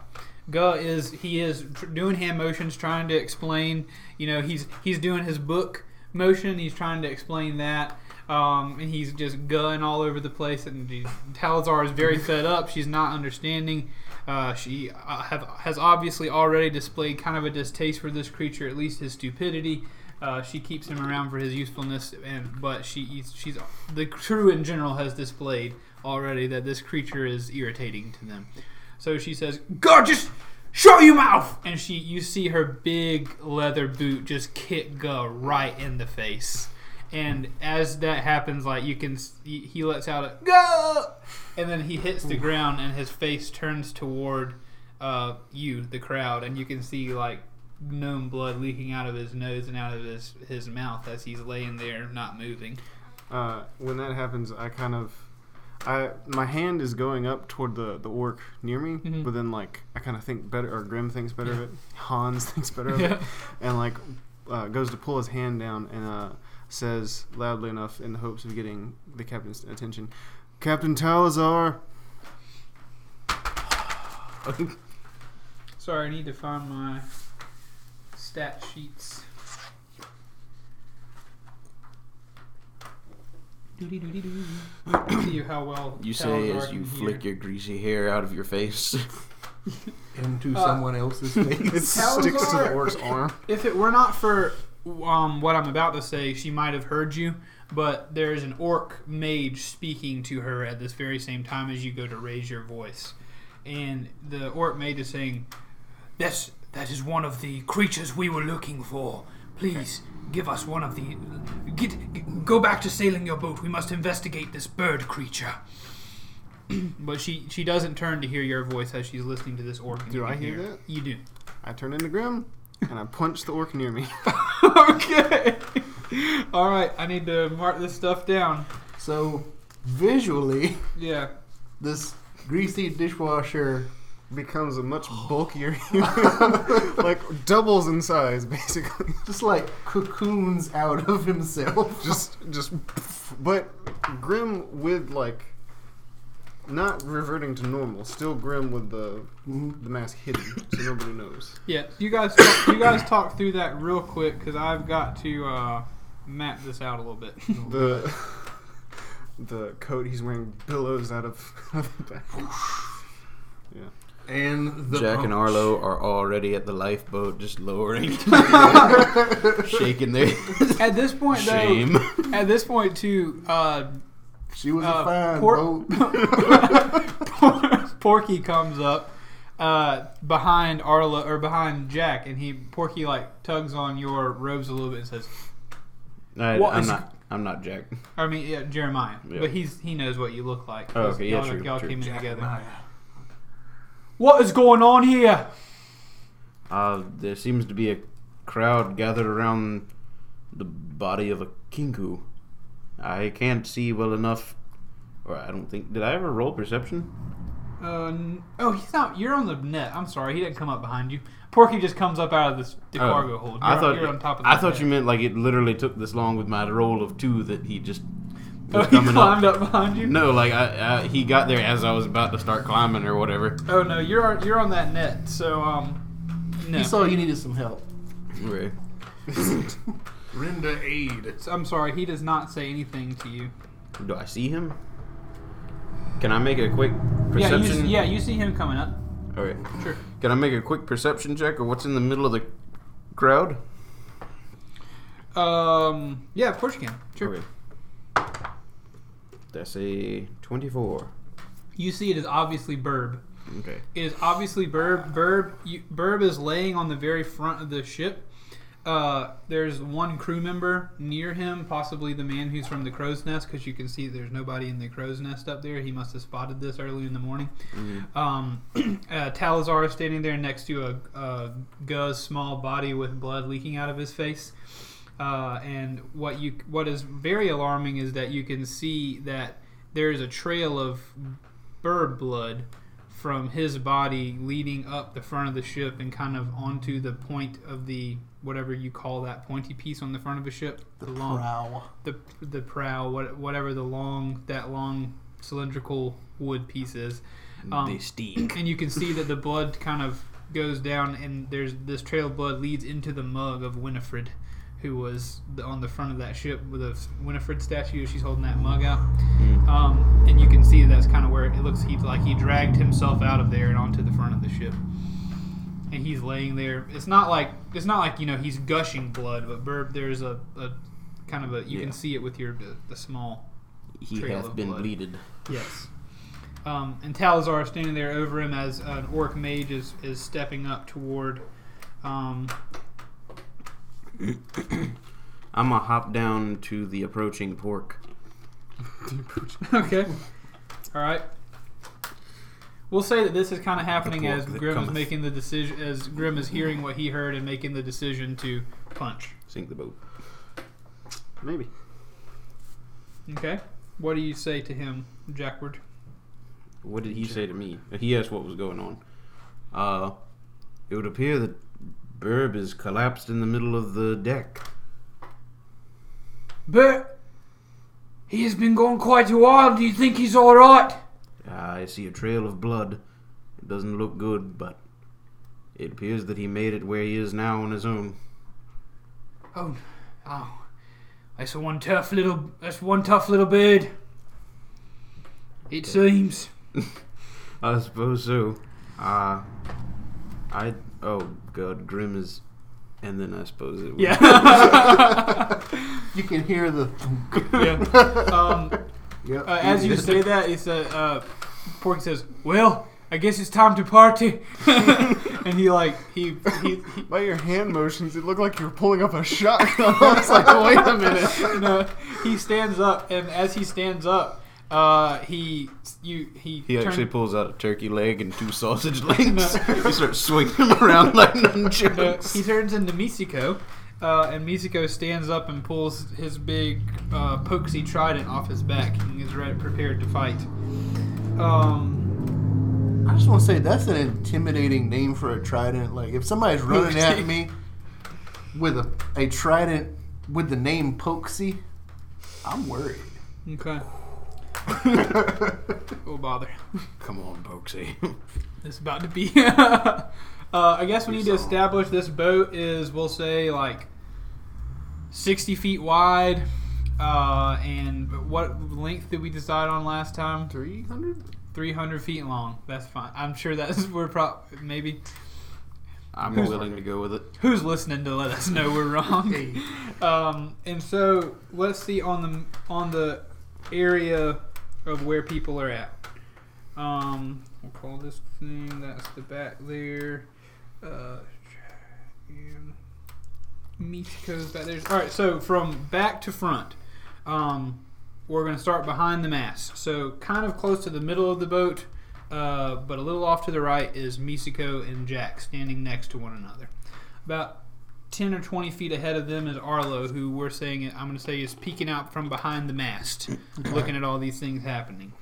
A: Guh is he is tr- doing hand motions, trying to explain. You know, he's he's doing his book motion. He's trying to explain that, um, and he's just gunning all over the place. And the- Talzar is very fed up. She's not understanding. Uh, she uh, have, has obviously already displayed kind of a distaste for this creature, at least his stupidity. Uh, she keeps him around for his usefulness, and but she she's the crew in general has displayed already that this creature is irritating to them. So she says, "God, just shut your mouth!" And she, you see her big leather boot just kick Gu right in the face. And as that happens, like you can, s- he he lets out a go, and then he hits the ground, and his face turns toward uh, you, the crowd, and you can see like gnome blood leaking out of his nose and out of his his mouth as he's laying there, not moving.
C: Uh, when that happens, I kind of, I my hand is going up toward the the orc near me,
A: Mhm.
C: but then like I kind of think better, or Grim thinks better of it, Hans thinks better of
A: Yeah.
C: it, and like uh, goes to pull his hand down and uh, says loudly enough in the hopes of getting the captain's attention, Captain Talazar.
A: Sorry, I need to find my stat sheets. Doody-doody-doo. See how well
D: You say
A: Talazar
D: as
A: can
D: you
A: hear.
D: flick your greasy hair out of your face.
B: into
A: Uh,
B: someone else's
C: It
B: face.
A: Talazar-
C: sticks to the orc's arm.
A: If it were not for um, what I'm about to say, she might have heard you. But there is an orc mage speaking to her at this very same time as you go to raise your voice, and the orc mage is saying, "Yes, that is one of the creatures we were looking for. Please give us one of the. Get go back to sailing your boat. We must investigate this bird creature." but she she doesn't turn to hear your voice as she's listening to this orc. and
C: Do
A: you
C: I
A: can
C: hear that?
A: You do.
C: I turn into Grim and I punch the orc near me.
A: okay. All right, I need to mark this stuff down.
B: so visually,
A: Yeah.
B: this greasy dishwasher
C: Becomes a much
B: Oh.
C: bulkier, like doubles in size basically.
B: just like cocoons out of himself.
C: just just but grim with like not reverting to normal still grim with the
B: Mm-hmm.
C: the mask hidden so nobody knows
A: Yeah. You guys, talk, you guys talk through that real quick because I've got to uh, map this out a little bit.
C: the the coat he's wearing billows out of the back yeah
B: and the
D: Jack and
B: punch.
D: Arlo are already at the lifeboat, just lowering, shaking their
A: At this point, though,
D: shame.
A: at this point too, uh,
B: She was
A: Uh,
B: a fine
A: por-
B: boat.
A: Porky comes up uh, behind Arla or behind Jack, and he Porky like tugs on your robes a little bit and says,
D: I,
A: What
D: I'm
A: is-
D: not. I'm not Jack.
A: "I mean, yeah, Jeremiah,
D: Yeah.
A: but he's he knows what you look like.
D: Oh, okay, yeah,
A: y'all,
D: true,
A: y'all
D: true.
A: came in together.
B: Jeremiah.
A: What is going on here?
D: Uh, there seems to be a crowd gathered around the body of a kinku. I can't see well enough, or I don't think. Did I ever roll perception?
A: Uh, n- oh, he's not. You're on the net. I'm sorry, he didn't come up behind you. Porky just comes up out of this the
D: Oh,
A: cargo hold. You're,
D: I thought
A: you're on top of.
D: I
A: the
D: thought
A: net.
D: you meant like it literally took this long with my roll of two that he just
A: Oh,
D: was
A: he
D: coming up.
A: climbed up. behind you.
D: No, like I, I, he got there as I was about to start climbing or whatever.
A: Oh no, you're on- you're on that net. So um, no.
B: He saw you needed some help.
D: Okay.
B: Render aid.
A: So I'm sorry, he does not say anything to you.
D: Do I see him? Can I make a quick
A: Yeah, you,
D: perception?
A: yeah, you see him coming up.
D: Okay.
A: Sure.
D: Can I make a quick perception check or what's in the middle of the crowd?
A: Um, yeah, of course you can. Sure.
D: Okay. That's a 24.
A: You see, it is obviously Burb.
D: Okay.
A: It is obviously Burb. Burb, you, Burb is laying on the very front of the ship. Uh, there's one crew member near him, possibly the man who's from the crow's nest, because you can see there's nobody in the crow's nest up there. He must have spotted this early in the morning. Um, uh, Talazar is standing there next to a, a Guz small body with blood leaking out of his face. Uh, and what you what is very alarming is that you can see that there is a trail of bird blood from his body leading up the front of the ship and kind of onto the point of the whatever you call that pointy piece on the front of a ship the, long
B: Prow.
A: the the prow what, whatever the long that long cylindrical wood piece is um,
D: they stink.
A: and you can see that the blood kind of goes down and there's this trail of blood leads into the mug of winifred who was the, on the front of that ship with a winifred statue she's holding that mug out um, and you can see that's kind of where it looks he like he dragged himself out of there and onto the front of the ship and he's laying there it's not like it's not like you know he's gushing blood but Burb, there's a, a kind of a you
D: Yeah.
A: can see it with your the, the small
D: He
A: trail
D: hath
A: of
D: been
A: blood.
D: bleeded.
A: Yes. Um, and Talazar is standing there over him as an orc mage is, is stepping up toward. Um,
D: I'ma hop down to the approaching pork.
A: okay. All right. We'll say that this is kind of happening
D: pork
A: as
D: that
A: Grim is
D: cometh.
A: making the decision, as Grim is hearing what he heard and making the decision to punch.
D: Sink the boat.
C: Maybe.
A: Okay. What do you say to him, Jackward?
D: What did he say to me? He asked what was going on. Uh, it would appear that Burb is collapsed in the middle of the deck.
A: But he has been gone quite a while. Do you think he's all right?
D: I see a trail of blood. It doesn't look good, but it appears that he made it where he is now on his own.
A: Oh, oh, that's one tough little. That's one tough little bird. It seems.
D: I suppose so. Uh, I. Oh, God, Grim is. And then I suppose it was.
A: Yeah.
B: You can hear the.
A: Um,
B: Yep.
A: uh, as you say that, it's a uh, Porky says, "Well, I guess it's time to party." and he like he he. he
C: By your hand motions, it looked like you were pulling up a shotgun. I was like, wait a minute.
A: you know, he stands up, and as he stands up, uh, he you he
D: He
A: turn-
D: actually pulls out a turkey leg and two sausage legs. he starts swinging them around like
A: Uh,
D: nunchucks.
A: he turns into Misiko, uh, and Misiko stands up and pulls his big uh, pokesy trident off his back and is ready, prepared to fight. Um,
B: I just want to say that's an intimidating name for a trident. Like if somebody's running at me with a, a trident with the name Pokesy, I'm worried.
A: okay, oh bother.
D: Come on, Pokesy.
A: It's about to be. uh, I guess we need to establish this boat is, we'll say, like 60 feet wide. Uh, and what length did we decide on last time?
C: 300?
A: 300 feet long. That's fine. I'm sure that's, we're probably, maybe.
D: I'm willing to go with it.
A: who's listening to let us know we're wrong. um, and so let's see on the on the area of where people are at. Um, we'll call this thing. That's the back there. Uh, and Michiko's back there. All right, so from back to front. Um, we're going to start behind the mast. So, kind of close to the middle of the boat, uh, but a little off to the right is Misiko and Jack standing next to one another. About 10 or 20 feet ahead of them is Arlo, who we're saying, I'm going to say, is peeking out from behind the mast, looking at all these things happening.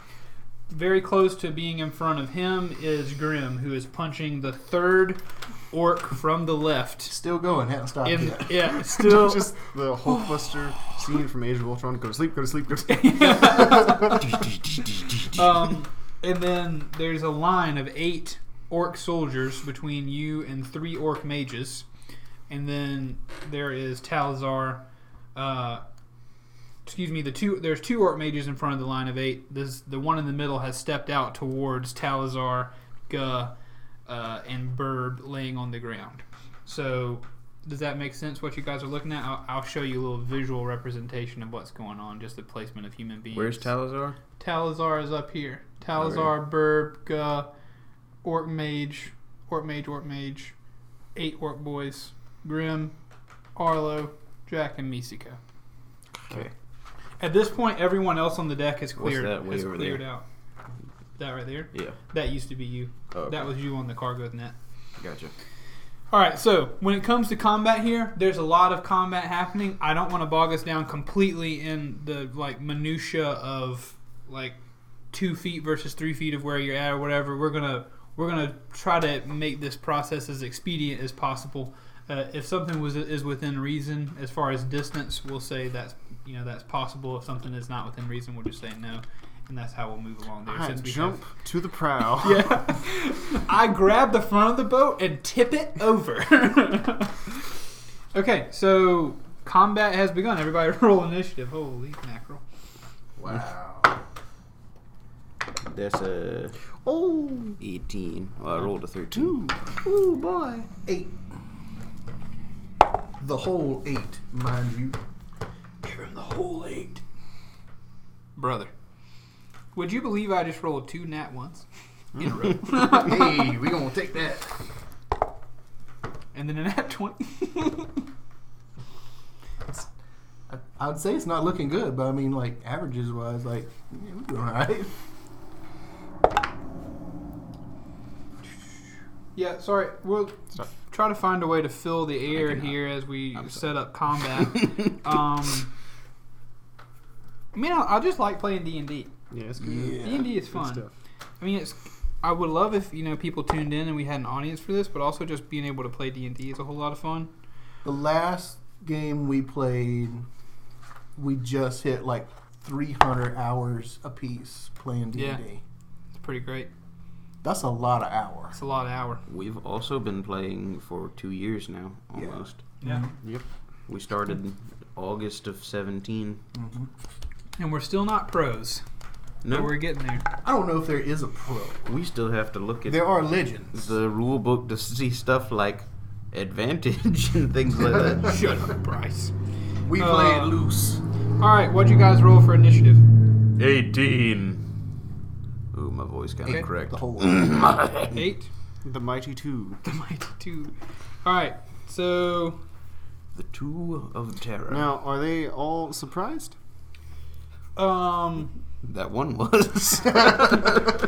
A: Very close to being in front of him is Grim, who is punching the third orc from the left.
B: Still going, haven't stopped
A: In,
B: yet.
A: yeah, still.
C: Just the Hulkbuster scene from Age of Ultron. Go to sleep, go to sleep, go to sleep.
A: um, and then there's a line of eight orc soldiers between you and three orc mages, and then there is Talazar. Uh, excuse me. The two there's two orc mages in front of the line of eight. This the one in the middle has stepped out towards Talazar, Guh, uh, and Burb laying on the ground. So. Does that make sense? What you guys are looking at? I'll, I'll show you a little visual representation of what's going on, just the placement of human beings.
D: Where's Talazar?
A: Talazar is up here. Talazar, Burb, Guh, orc mage, orc mage, orc mage, eight orc boys, Grim, Arlo, Jack, and Misiko.
D: Okay.
A: At this point, everyone else on the deck is
D: What's
A: cleared.
D: that way
A: is
D: over
A: cleared
D: there?
A: out. That right there.
D: Yeah.
A: That used to be you.
D: Oh, okay.
A: That was you on the cargo net.
D: Gotcha.
A: All right, so when it comes to combat here, there's a lot of combat happening. I don't want to bog us down completely in the like minutia of like two feet versus three feet of where you're at or whatever. We're gonna we're gonna try to make this process as expedient as possible. Uh, if something was is within reason as far as distance, we'll say that's you know that's possible. If something is not within reason, we'll just say no, and that's how we'll move along there.
C: I
A: since we
C: jump to the prow.
A: yeah. I grab the front of the boat and tip it over. okay, so combat has begun. Everybody roll initiative. Holy mackerel.
B: Wow.
D: That's a
C: Oh,
D: 18. Well, I rolled a 13.
C: oh boy.
B: Eight. The whole eight, mind you.
D: Give him the whole eight.
A: Brother. Would you believe I just rolled two nat ones? In a row.
B: hey, we gonna take that.
A: and then a nat 20.
B: I would say it's not looking good, but I mean, like averages wise, like yeah, we're doing all right.
A: yeah, sorry. We'll try to find a way to fill the air here as we
D: I'm
A: set up combat. um, I mean, I, I just like playing D&D.
C: Yeah, it's good.
B: Yeah.
A: D&D is
C: Good
A: fun.
C: stuff.
A: I mean, it's. I would love if you know people tuned in and we had an audience for this, but also just being able to play D and D is a whole lot of fun.
B: The last game we played, we just hit like 300 hours apiece playing D&D.
A: Yeah. It's pretty great.
B: That's a lot of hours.
A: It's a lot of hour.
D: We've also been playing for two years now,
B: Yeah.
D: almost.
A: Yeah.
C: Yep.
D: We started August of 17.
B: hmm
A: And we're still not pros, but we're
D: No,
A: getting there.
B: I don't know if there is a pro.
D: we still have to look at
B: There are legends.
D: the rule book to see stuff like advantage and things like that.
A: Shut up, Bryce.
B: We
A: Uh,
B: play it loose.
A: All right, what'd you guys roll for initiative?
D: 18. Ooh, my voice got
A: Okay.
D: it correct.
B: The whole.
A: Eight.
C: The mighty two.
A: The mighty two. All right, so
D: The two of terror.
C: Now, are they all surprised?
A: um,
D: That one was.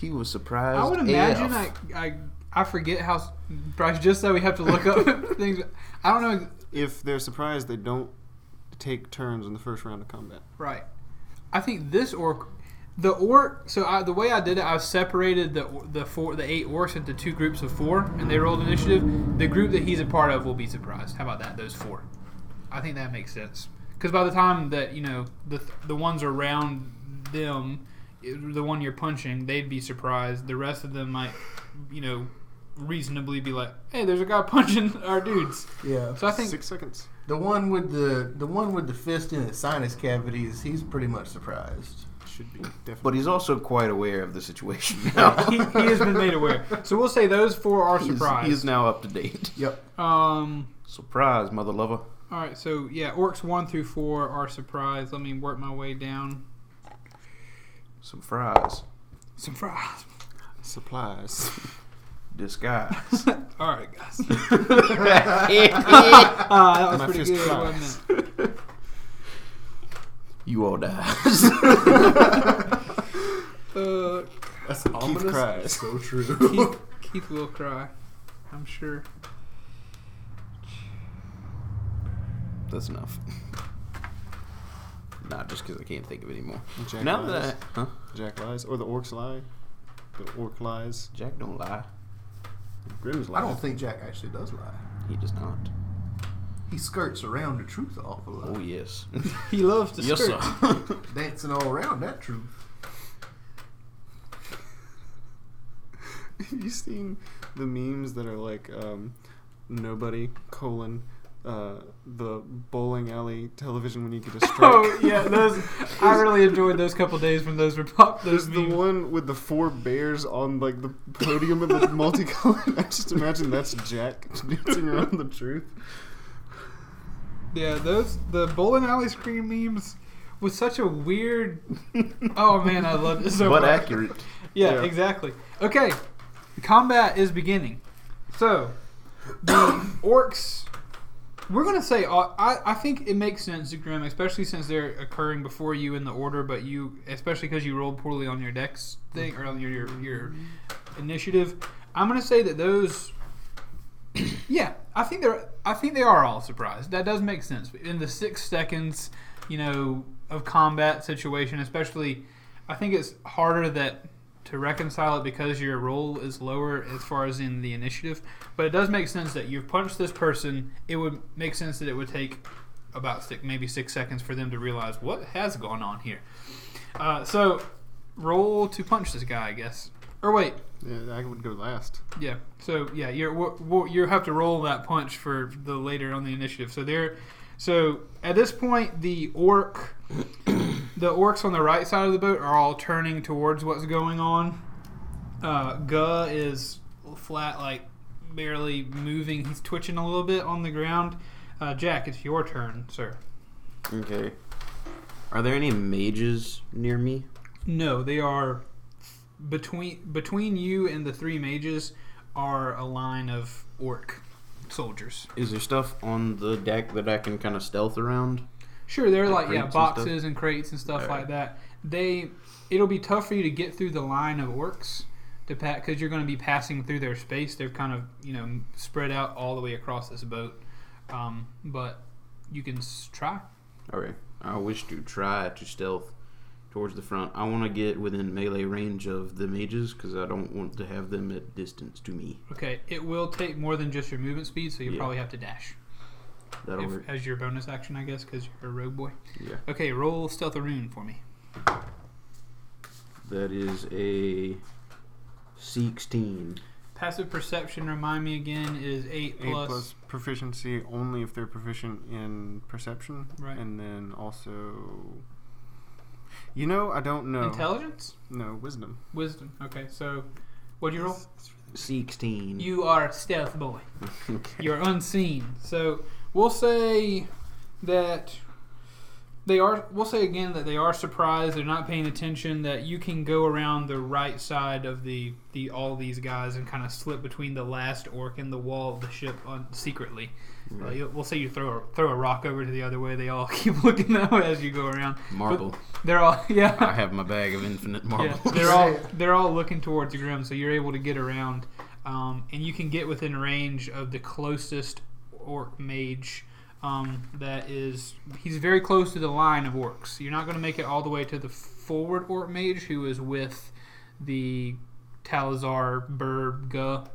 D: he was surprised.
A: I would imagine
D: AF.
A: I, I I forget how s- Bryce just said we have to look up things. I don't know.
C: If they're surprised, they don't take turns in the first round of combat.
A: Right. I think this orc, the orc. So I, the way I did it, I separated the or- the four, the eight orcs into two groups of four, and they rolled initiative. The group that he's a part of will be surprised. How about that? Those four. I think that makes sense. Because by the time that you know the th- the ones around them, i- the one you're punching, they'd be surprised. The rest of them might, you know, reasonably be like, "Hey, there's a guy punching our dudes."
B: yeah.
A: So I think
C: Six seconds.
B: The one with the the one with the fist in his sinus cavities, he's pretty much surprised.
C: Should be definitely.
D: But he's also quite aware of the situation now.
A: he, he has been made aware. So we'll say those four are
D: he's,
A: surprised.
D: he's now up to date.
B: Yep.
A: Um.
D: Surprise, mother lover.
A: All right. So yeah, orcs one through four are surprised. Let me work my way down.
D: Some fries.
A: Surprise.
C: Supplies.
D: Disguise.
A: All right, guys.
D: you
A: Ah, that was
C: My
A: pretty
C: fist
A: good,
C: cries.
A: wasn't it?
D: all die.
A: Uh,
B: That's
C: Keith cries.
B: So true.
A: Keith, Keith will cry. I'm sure.
D: That's enough. Not just because I can't think of any more.
C: Jack
D: now
C: lies.
D: that I, huh?
C: Jack lies, or the orcs lie. The orc lies.
D: Jack don't lie.
C: Grimm's lie.
B: I don't think Jack actually does lie.
D: He does not.
B: He skirts around the truth awful lot,
D: Oh yes.
A: He loves to
D: yes
A: skirt.
D: sir.
B: dancing all around that truth.
C: Have you seen the memes that are like um, nobody colon uh, the bowling alley television when you get a strike?
A: Oh yeah, those. I really enjoyed those couple days when those were pop. Those
C: There's the
A: memes.
C: one with the four bears on like the podium of the multicolored. I just imagine that's Jack dancing around the truth.
A: Yeah, those the bowling alley screen memes with such a weird. Oh man, I love this so
D: but
A: much.
D: accurate.
A: Yeah,
C: Yeah.
A: exactly. Okay, combat is beginning. So, the orcs. We're gonna say uh, I, I think it makes sense, Grim, especially since they're occurring before you in the order, but you, especially because you rolled poorly on your dex thing or on your your, your initiative. I'm gonna say that those. yeah, I think they're. I think they are all surprised. That does make sense. In the six seconds, you know, of combat situation, especially, I think it's harder that to reconcile it because your roll is lower as far as in the initiative. But it does make sense that you've punched this person. It would make sense that it would take about six, maybe six seconds for them to realize what has gone on here. Uh, so, roll to punch this guy, I guess. Or wait,
C: Yeah, I would go last.
A: yeah. So yeah, you're wo- wo- you have to roll that punch for the later on the initiative. So there, so at this point, the orc, the orcs on the right side of the boat are all turning towards what's going on. Uh, Guh is flat, like barely moving. He's twitching a little bit on the ground. Uh, Jack, it's your turn, sir.
D: Okay. Are there any mages near me?
A: No, they are between between you and the three mages are a line of orc soldiers.
D: Is there stuff on the deck that I can kind of stealth around?
A: Sure, they're
D: Like
A: like, yeah,
D: crates and stuff?
A: boxes and, crates and stuff
D: Alright.
A: like that. They it'll be tough for you to get through the line of orcs to pat because you're going to be passing through their space. They're kind of you know spread out all the way across this boat, um, but you can s- try.
D: Alright. I wish to try to stealth towards the front. I want to get within melee range of the mages because I don't want to have them at distance to me.
A: Okay, it will take more than just your movement speed, so you'll
D: Yeah.
A: probably have to dash
D: That'll
A: if,
D: work.
A: as your bonus action, I guess, because you're a rogue boy.
D: Yeah.
A: Okay, roll stealth a rune for me.
D: That is a 16.
A: Passive perception, remind me again, is eight
C: Eight
A: plus.
C: plus proficiency only if they're proficient in perception,
A: Right.
C: and then also, you know, I don't know.
A: intelligence,
C: no, wisdom.
A: wisdom. Okay, so what'd you roll?
D: 16.
A: You are a stealth boy.
D: Okay.
A: You're unseen. So we'll say that they are. We'll say again that they are surprised. They're not paying attention. That you can go around the right side of the the all these guys and kind of slip between the last orc and the wall of the ship on, secretly.
D: Mm-hmm.
A: Uh, you- we'll say you throw a, throw a rock over to the other way. They all keep looking that way as you go around.
D: Marble.
A: They're all yeah.
D: I have my bag of infinite marbles.
A: Yeah, they're all they're all looking towards Grim, so you're able to get around, um, and you can get within range of the closest orc mage. Um, that is, he's very close to the line of orcs. You're not going to make it all the way to the forward orc mage who is with the Talazar Burga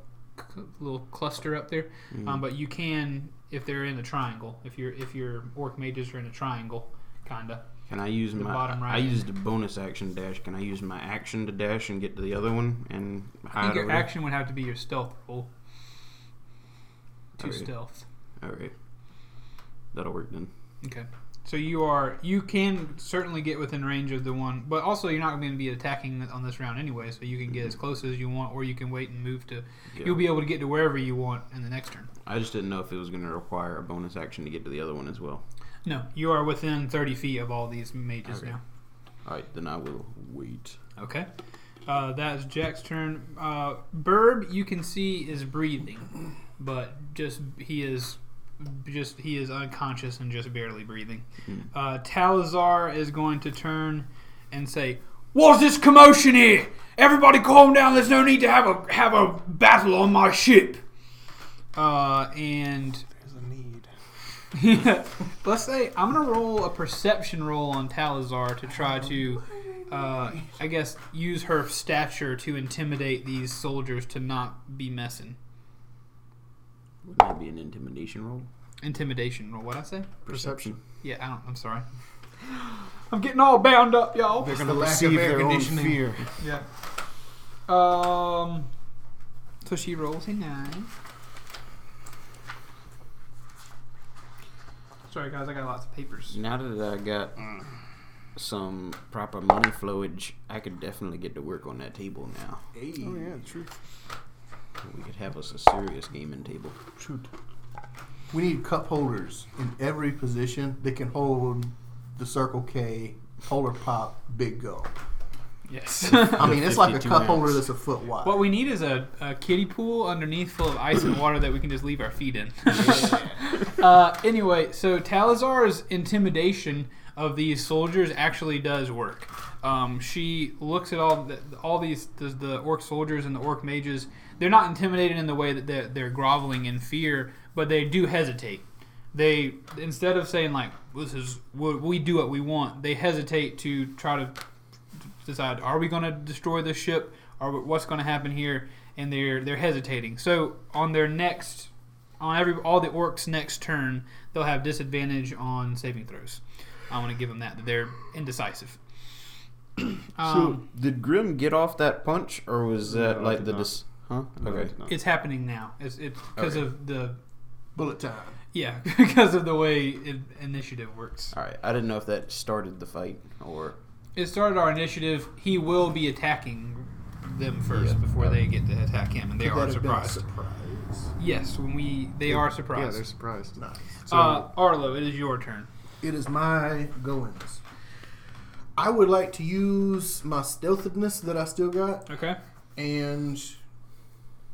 A: little cluster up there. Um, but you can if they're in a triangle. If you're if your orc mages are in a triangle, kinda.
D: Can I use
A: The
D: my?
A: bottom right
D: I
A: end.
D: used a bonus action dash. Can I use my action to dash and get to the other one and
A: I think
D: hide
A: your
D: over
A: action would have to be your stealth roll. Two
D: Okay.
A: stealth.
D: there? All right, that'll work then.
A: Okay. So you are you can certainly get within range of the one, but also you're not going to be attacking on this round anyway, so you can get as close as you want, or you can wait and move to.
D: Mm-hmm. Yeah.
A: You'll be able to get to wherever you want in the next turn.
D: I just didn't know if it was going to require a bonus action to get to the other one as well.
A: No, you are within 30 feet of all these mages
D: Okay.
A: now.
D: All right, then I will wait.
A: Okay. Uh, that's Jack's turn. Uh, Burb, you can see is breathing, but just he is just he is unconscious and just barely breathing. Uh, Talazar is going to turn and say, "What's this commotion here? Everybody, calm down. There's no need to have a have a battle on my ship." Uh, and
C: There's a need.
A: Let's say I'm gonna roll a perception roll on Talazar to try
C: Uh-huh.
A: to, uh, I guess, use her stature to intimidate these soldiers to not be messing.
D: Would that be an intimidation roll?
A: Intimidation roll. What I say?
C: Perception.
A: Yeah, I don't. I'm sorry. I'm getting all bound up, y'all.
C: They're gonna
B: the lack of
C: perceive
B: air
C: their own
B: conditioning.
C: fear.
A: Yeah. Um. So she rolls a nine. Sorry, guys. I got lots of papers.
D: Now that I got some proper money flowage, I could definitely get to work on that table now.
C: Oh yeah, truth.
D: We could have us a serious gaming table.
B: We need cup holders in every position that can hold the Circle K Polar Pop Big Go.
A: Yes.
B: I mean, it's like a
D: 52
B: cup holder
D: ounce.
B: that's a foot wide.
A: what we need is a, a kiddie pool underneath full of ice and water that we can just leave our feet in. uh, anyway, so Talazar's intimidation of these soldiers actually does work. Um, she looks at all the, all these the, the orc soldiers and the orc mages. They're not intimidated in the way that they're, they're groveling in fear, but they do hesitate. They instead of saying like this is we we do what we want, they hesitate to try to decide are we going to destroy this ship or what's going to happen here and they're they're hesitating so on their next on every all the orcs next turn they'll have disadvantage on saving throws i want to give them that that they're indecisive um,
D: so did Grim get off that punch, or was that
C: No, I
D: like
C: did
D: the
C: not.
D: dis- huh? Okay.
A: it's happening now it's it's because of the
B: Bullet time.
A: yeah because of the way it, initiative works
D: All right. I didn't know if that started the fight or
A: it started our initiative he will be attacking them first before they get to attack him and they
B: Could
A: are
B: that have been a
A: surprised
B: surprise?
A: yes when we they are surprised
C: Yeah, they're surprised.
B: Nice.
C: So,
A: uh, Arlo, it is your turn.
B: It is my goings. I would like to use my stealthiness that I still got,
A: Okay.
B: and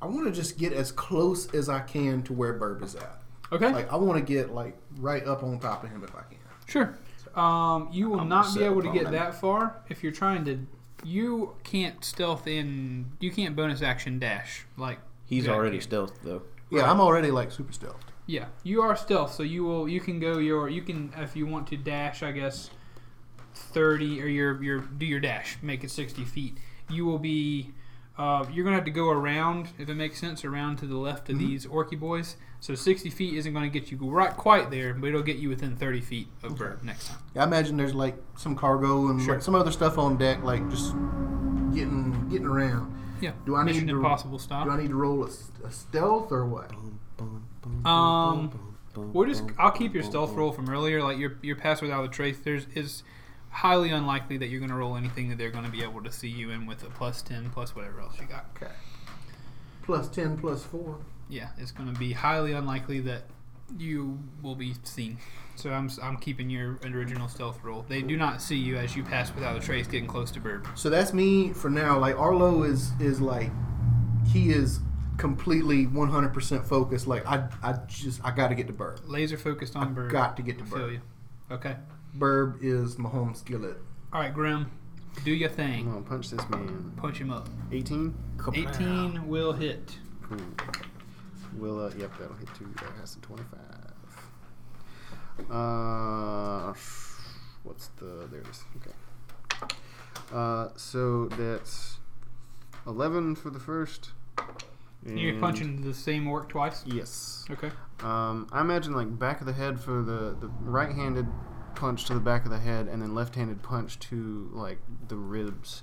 B: I want to just get as close as I can to where Burb is at.
A: Okay.
B: Like I want to get like right up on top of him if I can.
A: sure. Um, you will
D: I'm
A: not be
D: upset
A: able to
D: if
A: get
D: I'm in.
A: that far if you're trying to. You can't stealth in. You can't bonus action dash. Like
D: he's
A: Jack
D: already
A: can.
D: stealth though.
B: Yeah, I'm already like super stealthed.
A: Yeah, you are stealth, so you will. You can go your. You can if you want to dash. I guess thirty or your your do your dash. Make it sixty feet. You will be. Uh, you're gonna have to go around, if it makes sense, around to the left of these Orky boys. So 60 feet isn't gonna get you right quite there, but it'll get you within 30 feet of Burb next time.
B: I imagine there's like some cargo and
A: Sure.
B: like, some other stuff on deck, like just getting getting around.
A: Yeah.
B: Do I
A: Mission
B: need to-
A: Impossible
B: Do I
A: style.
B: need to roll a, s- a stealth or what?
A: Um, we'll just. I'll keep your stealth roll from earlier. Like your your pass without a trace. There's is highly unlikely that you're going to roll anything that they're going to be able to see you in with a plus ten plus whatever else you got.
B: Okay. Plus ten, plus four.
A: Yeah, it's going to be highly unlikely that you will be seen. So I'm s- I'm keeping your original stealth roll. They do not see you as you pass without a trace, getting close to Bird.
B: So that's me for now. Like Arlo is is like he is completely 100% focused. Like I I just I got to get to Burb.
A: Laser focused on Bird.
B: Got to get to
A: I feel
B: Burb.
A: you. Okay.
B: Burb is Mahomes skillet.
A: All right, Grim. Do your
C: I'm
A: thing.
C: gonna punch this man.
A: Punch him up.
C: 18.
A: 18 will hit.
C: Cool. Will uh, yep, that'll hit two. That has to 25. Uh, what's the? There it is. Okay. Uh, so that's 11 for the first.
A: You're
C: and-
A: punching the same orc twice.
C: Yes.
A: Okay.
C: Um, I imagine like back of the head for the, the right handed punch to the back of the head and then left handed punch to like the ribs.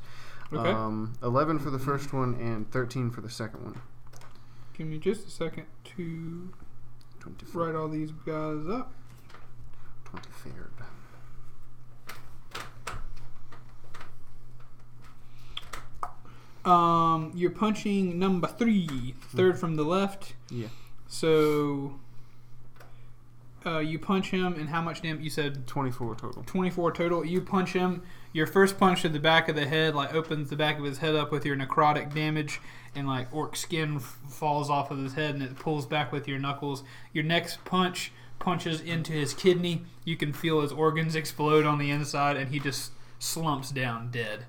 A: Okay.
C: Um, 11 for the first one and 13 for the second one.
A: Give me just a second to
C: 24.
A: write all these guys up.
C: 23rd.
A: Um, you're punching number three, third from the left.
C: Yeah.
A: So, uh, you punch him, and how much damage? You said
C: 24 total.
A: 24 total. You punch him. Your first punch to the back of the head, like, opens the back of his head up with your necrotic damage, and, like, orc skin f- falls off of his head and it pulls back with your knuckles. Your next punch punches into his kidney. You can feel his organs explode on the inside, and he just slumps down dead.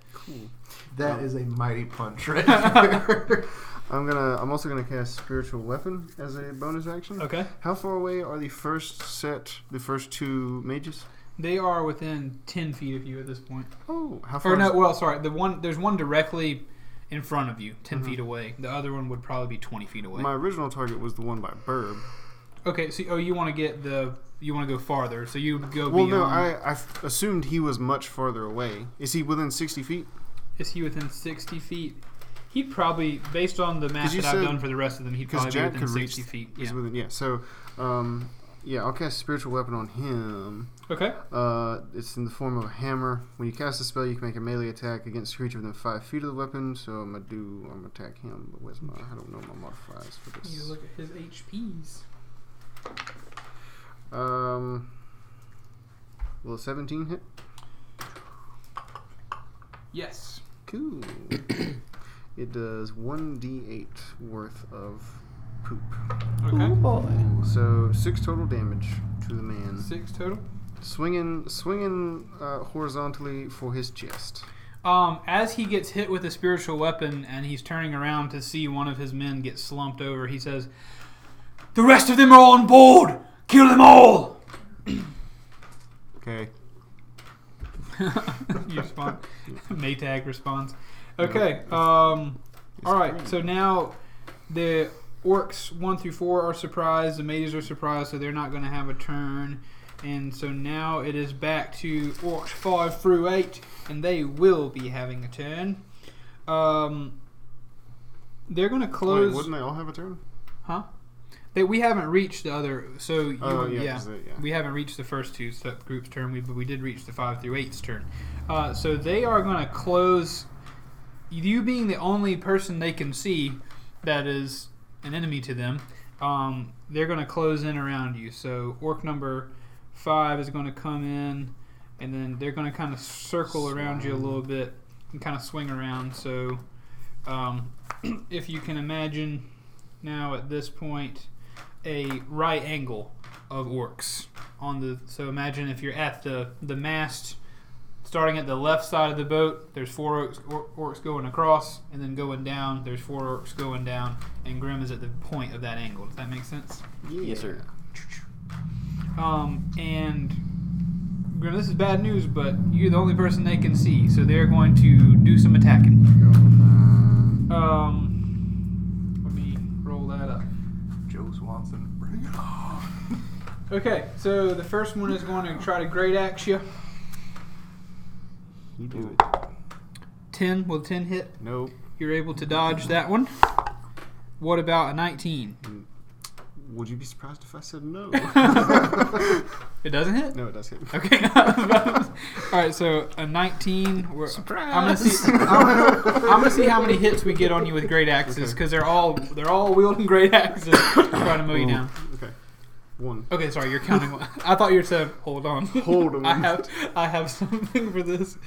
B: That is a mighty punch right there.
C: I'm gonna. I'm also gonna cast spiritual weapon as a bonus action.
A: Okay.
C: How far away are the first set? The first two mages?
A: They are within 10 feet of you at this point.
C: Oh, how far?
A: Or no,
C: is-
A: well, sorry. The one there's one directly in front of you, 10
C: Mm-hmm.
A: feet away. The other one would probably be twenty feet away.
C: my original target was the one by Burb.
A: okay, so oh, you want to get the you want to go farther, so you would go
C: Well,
A: beyond.
C: no, I, I f- assumed he was much farther away. Is he within 60 feet?
A: Is he within sixty feet? He'd probably, based on the map
C: 'Cause you
A: that I've
C: said-
A: done for the rest of them, he'd probably
C: Because
A: be
C: Jack
A: within
C: could reach.
A: sixty feet.
C: He's
A: Yeah.
C: within. Yeah. So, um, yeah, I'll cast spiritual weapon on him.
A: Okay.
C: Uh, it's in the form of a hammer. When you cast a spell, you can make a melee attack against a creature within five feet of the weapon. So I'm gonna do. I'm gonna attack him. But where's my? I don't know my modifiers for
A: You
C: this.
A: look at his HPs.
C: Um, well, a 17 hit?
A: Yes.
C: Cool. it does 1d8 worth of poop.
A: Okay.
C: So six total damage to the man.
A: Six total.
C: Swinging, swinging uh, horizontally for his chest.
A: Um, as he gets hit with a spiritual weapon and he's turning around to see one of his men get slumped over, he says, "The rest of them are on board. Kill them all."
C: Okay.
A: you respond. Maytag responds. Okay. Um, all right. So now the orcs one through four are surprised. The mages are surprised, so they're not going to have a turn. And so now it is back to orcs five through eight, and they will be having a turn. Um, they're going to
C: Wait,
A: close.
C: wouldn't they all have a turn?
A: huh? They, we haven't reached the other. So you,
C: Oh, yeah,
A: yeah.
C: 'cause they- yeah.
A: We haven't reached the first two sub groups' turn, we, but we did reach the five through eight's turn. Uh, so they are going to close. You being the only person they can see that is an enemy to them, um, they're going to close in around you. So orc number five is going to come in, and then they're going to kind of circle around you a little bit and kind of swing around. So um, if you can imagine now at this point a right angle of orcs on the so imagine if you're at the the mast starting at the left side of the boat there's four orcs, or, orcs going across and then going down there's four orcs going down and grim is at the point of that angle does that make sense
D: Yes, sir.
A: um, and Grim, this is bad news but you're the only person they can see so they're going to do some attacking
C: uh,
A: um, let me roll that up
B: Joe Swanson, bring it on.
A: Okay, so the first one is going to try to great axe you.
C: You do it.
A: 10, will 10 hit?
C: Nope.
A: You're able to dodge that one. What about a 19?
C: Would you be surprised if I said no?
A: It doesn't hit?
C: no, it does hit.
A: Okay. Alright, so a 19. We're, Surprise! I'm gonna, see, I'm, I'm gonna see how many hits we get on you with great axes, because they're all they're all wielding great axes trying to mow you down.
C: Okay. One.
A: Okay, sorry, you're counting one. I thought you said hold on.
C: Hold 'em.
A: I have I have something for this.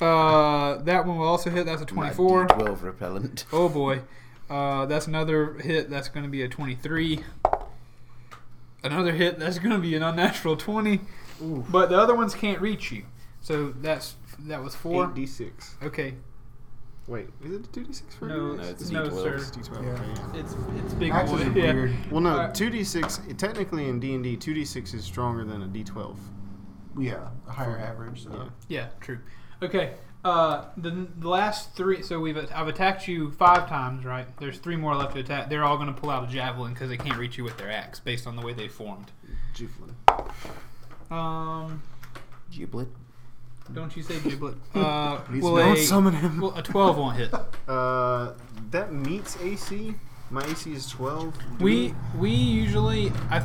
A: Uh, that one will also hit. That's a 24.
D: Twelve repellent.
A: Oh boy. Uh, that's another hit. That's going to be a 23. Another hit. That's going to be an unnatural 20. But the other ones can't reach you. So that's that was 4.
C: 8d6.
A: Okay.
C: Wait, is it 2d6 for
A: No,
C: everyone?
D: it's
A: no, sir.
D: D12s.
C: It's D12.
B: Yeah.
C: okay, yeah.
A: It's it's big
B: Axes
A: boy.
B: are
A: Yeah.
B: weird.
C: Well, no,
A: Alright.
C: 2d6, technically in D&D, 2d6 is stronger than a d12.
B: Yeah, a higher average. So.
C: Yeah.
A: Yeah, true. Okay. Uh, the, the last three. So we've I've attacked you five times, right? There's three more left to attack. They're all going to pull out a javelin because they can't reach you with their axe, based on the way they formed.
C: Jiflin.
A: Um,
D: Giblet.
A: don't you say giblet? Uh,
B: Please
A: will
B: don't
A: a,
B: summon him.
A: Well, a twelve won't hit.
C: Uh, that meets AC. My AC is 12. Do
A: We we usually I,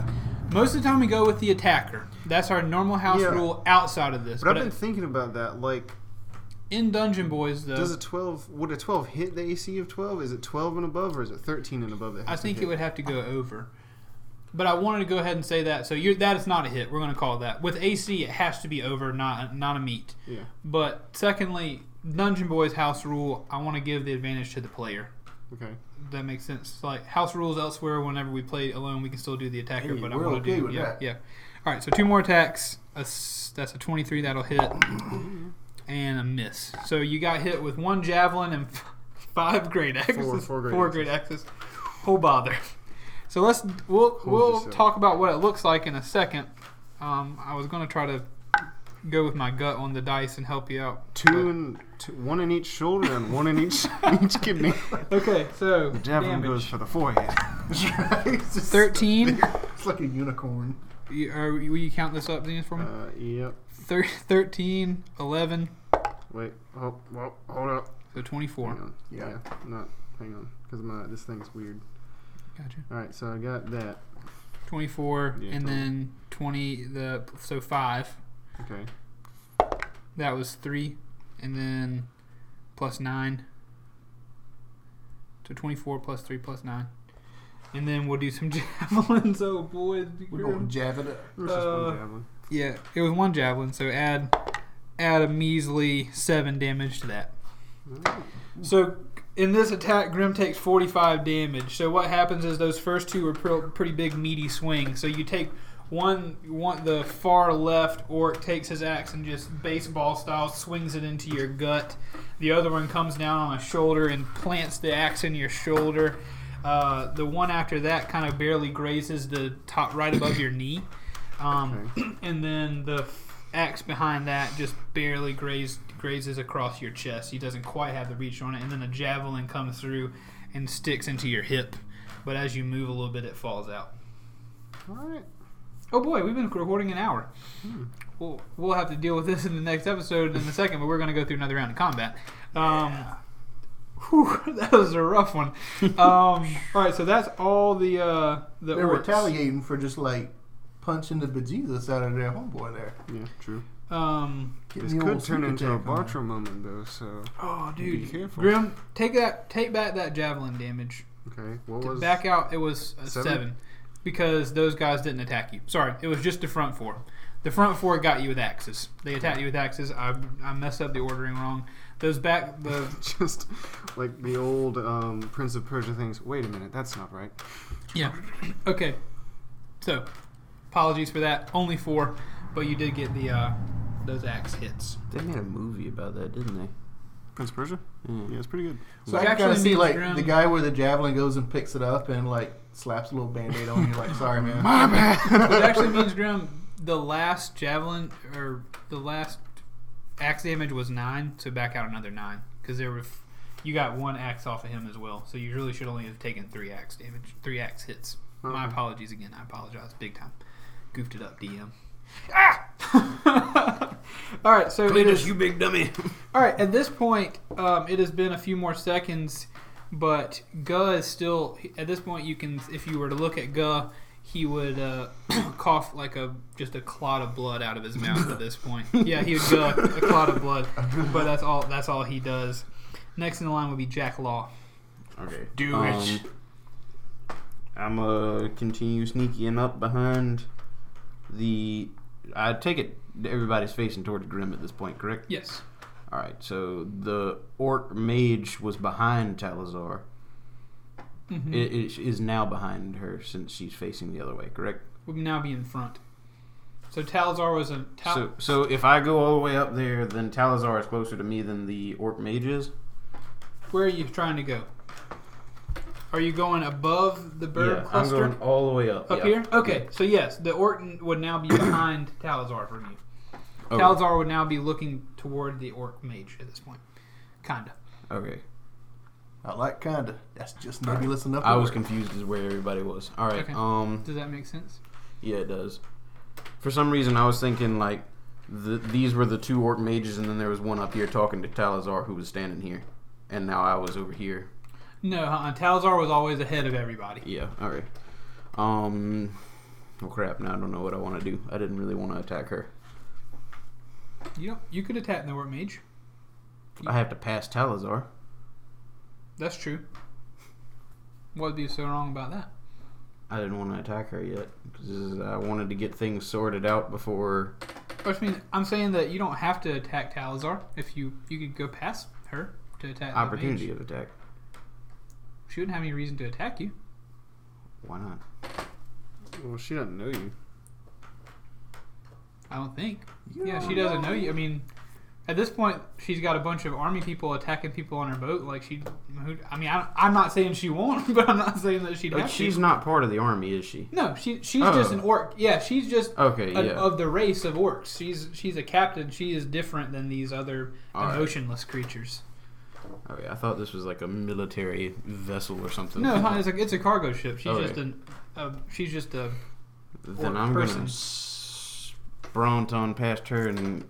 A: most of the time we go with the attacker. That's our normal house
C: Yeah.
A: rule outside of this.
C: But I've
A: But,
C: been thinking about that. Like,
A: in Dungeon Boys, though,
C: does a 12, would a 12 hit the AC of 12? Is it 12 and above, or is it 13 and above? That
A: I
C: has to
A: think it
C: hit?
A: would have to go over. But I wanted to go ahead and say that. So you're, that is not a hit. We're going to call it that. With AC, it has to be over, not not a meet.
C: Yeah.
A: But secondly, Dungeon Boys house rule. I want to give the advantage to the player.
C: Okay.
A: That makes sense. Like house rules elsewhere. Whenever we play alone, we can still do the attacker.
B: Hey,
A: but I
B: we're
A: want to
B: okay
A: do
B: with
A: yeah,
B: that.
A: yeah. All right. So two more attacks. A s that's a twenty-three. That'll hit, and a miss. So you got hit with one javelin and f- five great axes.
C: four great
A: four
C: axes.
A: great axes. Oh bother. So let's we'll we'll
C: yourself.
A: talk about what it looks like in a second. Um, I was gonna try to go with my gut on the dice and help you out.
C: Two and two, one in each shoulder and one in each each kidney.
A: Okay. So
C: The javelin
A: damage.
C: goes for the forehead.
B: it's just-
A: Thirteen.
B: It's like a unicorn.
A: You, are, will you count this up, Zenith, for me?
C: Uh, yep.
A: Thir- 13, 11,
C: Wait. Oh, well, hold up.
A: so
C: Hang
A: 24.
C: on.
B: Yeah.
C: Not. Hang on. Because my this thing's weird.
A: Gotcha.
C: All right. So I got that.
A: 24,
C: Yeah,
A: and
C: total.
A: then 20, the so 5.
C: Okay.
A: That was 3, and then plus 9. So 24 plus 3 plus 9. And then we'll do some javelins. Oh boy.
B: We're going jab it up.
C: This is one
A: Uh,
C: javelin.
A: Yeah, it was one javelin, so add add a measly seven damage to that. So in this attack, Grim takes 45 damage. So what happens is those first two are pr- pretty big meaty swings. So you take one, one the far left orc takes his axe and just baseball style swings it into your gut. The other one comes down on a shoulder and plants the axe in your shoulder. Uh, the one after that kind of barely grazes the top right above your knee. Um, And then the f- axe behind that just barely grazed, grazes across your chest. He doesn't quite have the reach on it. And then a javelin comes through and sticks into your hip. But as you move a little bit, it falls out.
C: All right.
A: Oh boy, we've been recording an hour. We'll, we'll have to deal with this in the next episode in a second, but we're going to go through another round of combat. Um, whew, that was a rough one. Um, all right, so that's all the uh, the
B: They're
A: orcs.
B: retaliating for just like punching the bejesus out of their homeboy there.
C: Yeah, true.
A: Um,
B: Getting
C: This
B: the
C: could
B: old
C: turn
B: sneak
C: into a
B: attack on them.
C: Bartra moment, though. So
A: oh,
C: be
A: dude,
C: careful.
A: Grim, take that, take back that javelin damage.
C: okay, what
A: To
C: was
A: back out, it was a seven?
C: seven?
A: because those guys didn't attack you. Sorry, it was just the front four. The front four got you with axes. They attacked you with axes. I, I messed up the ordering wrong. Those back the
C: just like the old um, Prince of Persia things? Wait a minute, that's not right.
A: yeah. Okay, so apologies for that. Only four, but you did get the uh, those axe hits.
D: They made a movie about that, didn't they?
C: Prince of Persia?
D: Yeah.
C: Yeah, it's pretty good.
B: So
A: Which
B: I can kind of
A: actually
B: see
A: means
B: like
A: Grim-
B: the guy where the javelin goes and picks it up and like slaps a little band-aid on you like sorry man.
C: My bad.
A: It actually means Grim. The last javelin or the last axe damage was nine, so back out another nine because there were f- you got one axe off of him as well. So you really should only have taken three axe damage, three axe hits. My
C: Okay.
A: apologies again. I apologize big time. Goofed it up, DM. Ah! All right, so it is.
D: you big dummy.
A: All right, at this point, um, it has been a few more seconds, but Guh is still. At this point, you can, if you were to look at Guh, he would uh, cough like a just a clot of blood out of his mouth. at this point, yeah, he would Guh a clot of blood, but that's all. That's all he does. Next in the line would be Jack Law.
D: Okay. Um,
A: Do it.
D: I'm gonna continue sneaking up behind the. I take it everybody's facing toward Grim at this point, correct?
A: Yes.
D: All right. So the orc mage was behind Talazar.
A: Mhm.
D: It, it is now behind her since she's facing the other way, correct?
A: Would now be in front. So Talazar was a. Tal-
D: So, so if I go all the way up there, then Talazar is closer to me than the orc mage is.
A: where are you trying to go? Are you going above the bird
D: yeah,
A: cluster?
D: I'm going all the way up.
A: Up
D: yeah.
A: here? Okay, so yes, the Orton would now be behind Talazar from you.
D: Okay.
A: Talazar would now be looking toward the Orc Mage at this point. Kinda.
D: okay.
B: I like kinda. That's just nebulous enough.
D: I
B: to
D: was
B: work.
D: confused as where everybody was. All right.
A: Okay.
D: Um.
A: Does that make sense?
D: Yeah, it does. For some reason, I was thinking like the, these were the two orc mages, and then there was one up here talking to Talazar who was standing here, and now I was over here.
A: No, uh-uh. Talazar was always ahead of everybody.
D: Yeah. All right. Um. Well, crap. Now I don't know what I want to do. I didn't really want to attack her.
A: You don't, you could attack the Orc Mage.
D: I have to pass Talazar.
A: That's true. What would be so wrong about that?
D: I didn't want to attack her yet because I wanted to get things sorted out before.
A: Which means I'm saying that you don't have to attack Talazar if you you could go past her to attack the
D: Opportunity
A: mage.
D: of attack.
A: She wouldn't have any reason to attack you.
D: Why not?
C: well, she doesn't know you.
A: I don't think. Yeah, she doesn't know you. I mean, at this point, she's got a bunch of army people attacking people on her boat. Like she, who- I mean, I, I'm not saying she won't, but I'm not saying that she'd
D: Like
A: have
D: she's
A: to.
D: not part of the army, is she?
A: No, she she's
D: Oh.
A: just an orc. Yeah, she's just
D: Okay.
A: a,
D: Yeah.
A: of the race of orcs. She's she's a captain. She is different than these other
D: All right.
A: emotionless creatures.
D: All right. Oh, I thought this was like a military vessel or something.
A: No, huh, it's a it's a cargo ship. She's
D: All
A: just
D: right.
A: an uh, she's just a
D: Then
A: or
D: I'm
A: person.
D: gonna sprint on past her and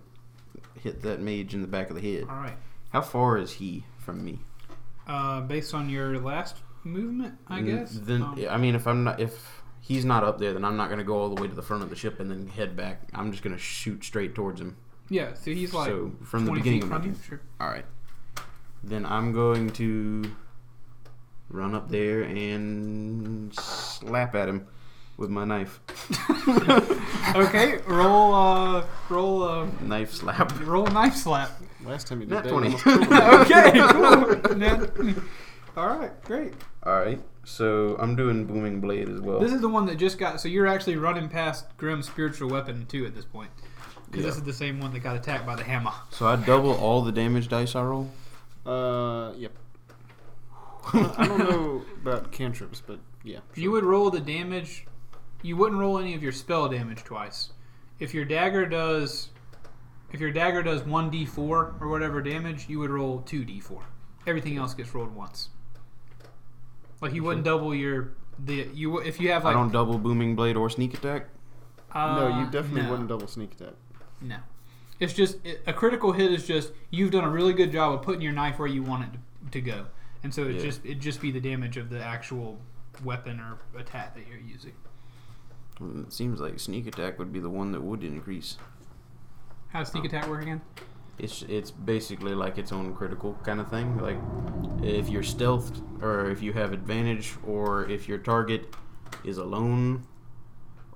D: hit that mage in the back of the head.
A: all right.
D: How far is he from me?
A: Uh, based on your last movement, I
D: N-
A: guess.
D: Then
A: Um,
D: I mean, if I'm not if he's not up there, then I'm not gonna go all the way to the front of the ship and then head back. I'm just gonna shoot straight towards him.
A: yeah. So he's like
D: so from the
A: 20
D: beginning
A: feet
D: of my
A: from you.
D: turn.
A: Sure.
D: All right. Then I'm going to run up there and slap at him. with my knife.
A: Okay, roll, uh, roll, uh,
D: Knife slap.
A: roll knife slap.
C: Last time you did
D: Nat
C: that,
D: 20.
C: you almost killed me.
A: Okay, cool. Yeah. All right, great.
D: Alright, so I'm doing Booming Blade as well.
A: This is the one that just got. So you're actually running past Grim's spiritual weapon too at this point, because this
D: Yeah.
A: is the same one that got attacked by the hammer.
D: so I double all the damage dice I roll?
C: Uh, yep. I don't know about cantrips, but yeah.
A: You would roll the damage. You wouldn't roll any of your spell damage twice. If your dagger does, if your dagger does one d4 or whatever damage, you would roll two d4. Everything else gets rolled once. Like you wouldn't double your the you wou- if you have
D: I
A: like
D: don't double Booming Blade or Sneak Attack?
A: uh,
C: no, you definitely
A: no.
C: wouldn't double sneak attack.
A: No. It's just it, a critical hit is just you've done a really good job of putting your knife where you want it to, to go, and so it
D: Yeah.
A: just it just be the damage of the actual weapon or attack that you're using.
D: Mm, It seems like Sneak Attack would be the one that would increase.
A: How does sneak attack work again?
D: It's it's basically like its own critical kind of thing. Like if you're stealthed, or if you have advantage, or if your target is alone,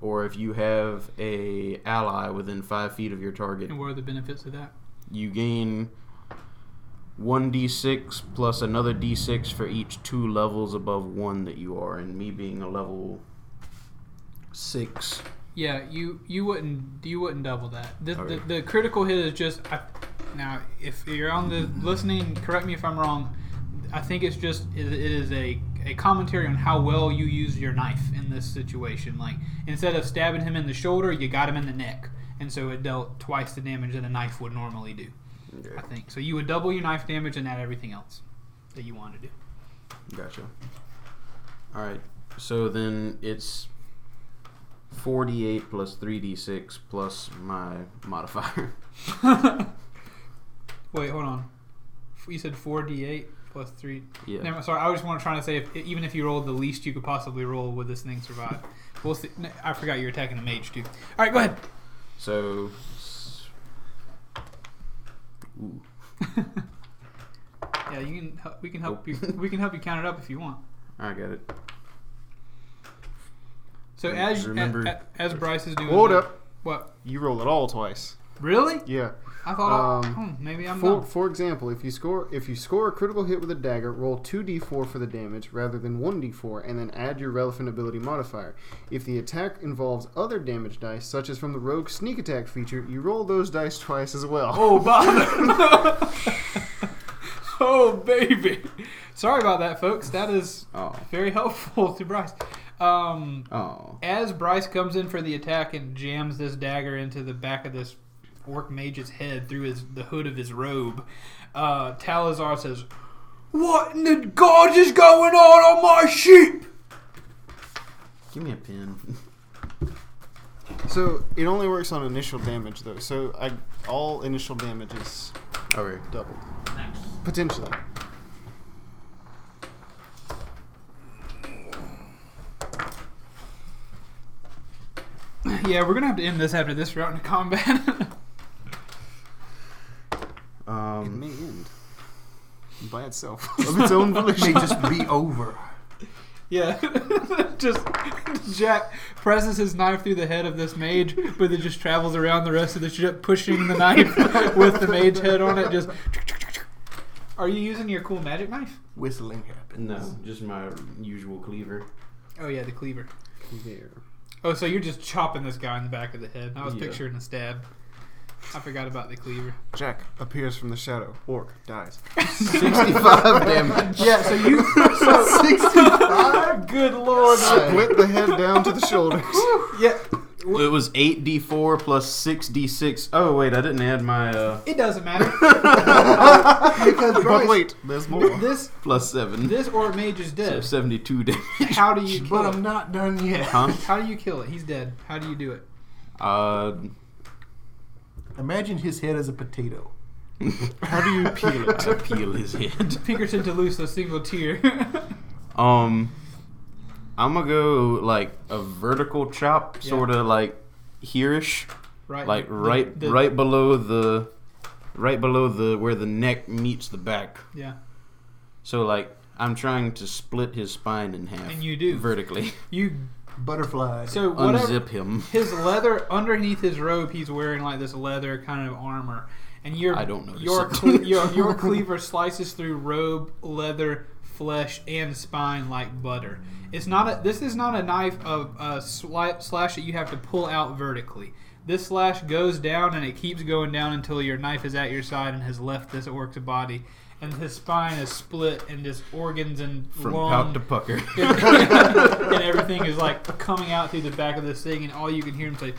D: or if you have a ally within five feet of your target,
A: And what are the benefits of that?
D: you gain one d6 plus another d6 for each two levels above one that you are. And me being a level six,
A: Yeah, you you wouldn't you wouldn't double that. The,
D: Okay.
A: the, the critical hit is just I, now if you're on the listening, correct me if I'm wrong. I think it's just it, it is a a commentary on how well you use your knife in this situation. Like instead of stabbing him in the shoulder, you got him in the neck, and so it dealt twice the damage that a knife would normally do. I think so. You would double your knife damage and add everything else that you wanted to do.
D: Gotcha. All right. So then it's 48 plus 3d6 plus my modifier.
A: Wait, hold on. You said four d eight plus three.
D: Yeah.
A: Never, sorry, I was just want to try to say if, even if you rolled the least you could possibly roll, would this thing survive? We'll see. No, I forgot you're attacking the mage too. All right, go ahead.
D: So. s- Ooh.
A: Yeah, you can. hel- We can help
D: Nope.
A: you. We can help you count it up if you want.
D: I got it.
A: So
D: Re-
A: as
D: remember-
A: as, as Bryce is doing.
C: Hold
A: the-
C: up.
A: What?
C: You roll it all twice.
A: Really?
C: Yeah.
A: I thought. I,
C: Um,
A: hmm, maybe I'm
C: For,
A: dumb.
C: for example, if you score if you score a critical hit with a dagger, roll two d4 for the damage rather than one d4, and then add your relevant ability modifier. If the attack involves other damage dice, such as from the rogue sneak attack feature, you roll those dice twice as well.
A: Oh bother! oh baby! Sorry about that, folks. That is
D: Oh.
A: very helpful to Bryce. Um,
D: Oh.
A: as Bryce comes in for the attack and jams this dagger into the back of this orc mage's head through his the hood of his robe, uh, Talazar says, "What in the gods is going on on my sheep?"
D: Give me a pin.
C: So it only works on initial damage though. So I, all initial damage is
D: okay.
C: doubled potentially.
A: yeah, we're gonna have to end this after this round of combat.
C: It
D: Um,
C: may end by itself.
B: Of its own volition, may just be over.
A: yeah, just Jack presses his knife through the head of this mage, but it just travels around the rest of the ship, pushing the knife with the mage head on it. Just. Are you using your cool magic knife?
B: Whistling happens.
D: no, just my usual cleaver.
A: Oh yeah, the cleaver.
C: there.
A: Oh, so you're just chopping this guy in the back of the head. I was
D: Yeah.
A: picturing a stab. I forgot about the cleaver.
C: Jack appears from the shadow. Orc dies.
D: 65 damage.
B: Yeah, so you. so 65?
A: Good lord.
C: Split the head down to the shoulders.
A: yeah.
D: It was 8d4 plus 6d6. Oh, wait, I didn't add my uh,
A: It doesn't matter.
B: Because
C: But
B: Bryce-
C: wait, there's more.
A: this
D: plus 7.
A: this orc mage is
D: So
A: dead.
D: 72 damage.
A: How do you
B: But
A: kill
B: I'm
A: him?
B: not done yet.
D: Huh?
A: How do you kill it? He's dead. How do you do it?
D: Uh,
B: Imagine his head as a potato.
C: How do you peel it?
D: I peel his head.
A: Pinkerton to loose a single tear.
D: Um, I'm gonna go like a vertical chop,
A: Yeah.
D: sort of like hereish,
A: right.
D: like
A: the-
D: right,
A: the-
D: right below the, right below the where the neck meets the back.
A: Yeah.
D: So like I'm trying to split his spine in half.
A: And you do.
D: vertically.
A: You
B: Butterfly.
A: So whatever
D: Unzip him.
A: his leather underneath his robe, he's wearing like this leather kind of armor, and your
D: I don't notice
A: your
D: it.
A: cle- your your cleaver slices through robe, leather, flesh, and spine like butter. It's not a this is not a knife of a sli- slash that you have to pull out vertically. This slash goes down and it keeps going down until your knife is at your side and has left this orc's body, and his spine is split and his organs and
D: From
A: lung
D: pout to pucker.
A: and everything is like coming out through the back of this thing, and all you can hear him say,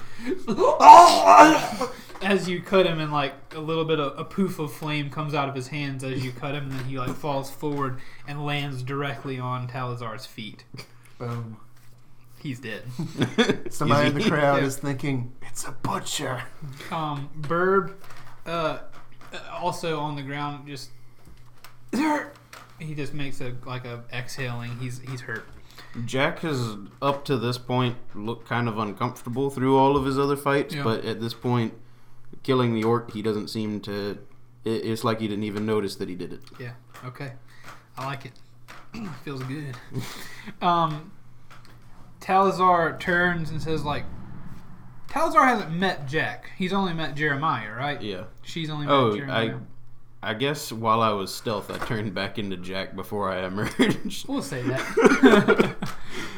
A: "Oh!" as you cut him, and like a little bit of a poof of flame comes out of his hands as you cut him, and then he like falls forward and lands directly on Talazar's feet.
B: Boom.
A: He's dead.
B: Somebody in the crowd
A: Yeah.
B: is thinking, it's a butcher.
A: Um, Burb, uh, also on the ground, just he just makes a like a exhaling. He's he's hurt.
D: Jack has up to this point looked kind of uncomfortable through all of his other fights,
A: Yeah.
D: but at this point, killing the orc, he doesn't seem to. It, it's like he didn't even notice that he did it.
A: Yeah. Okay. I like it. Feels good. um, Talazar turns and says, like, Talazar hasn't met Jack. He's only met Jeremiah, right?
D: Yeah.
A: She's only met
D: Oh, I,
A: Jeremiah.
D: I guess while I was stealth, I turned back into Jack before I emerged.
A: We'll say that.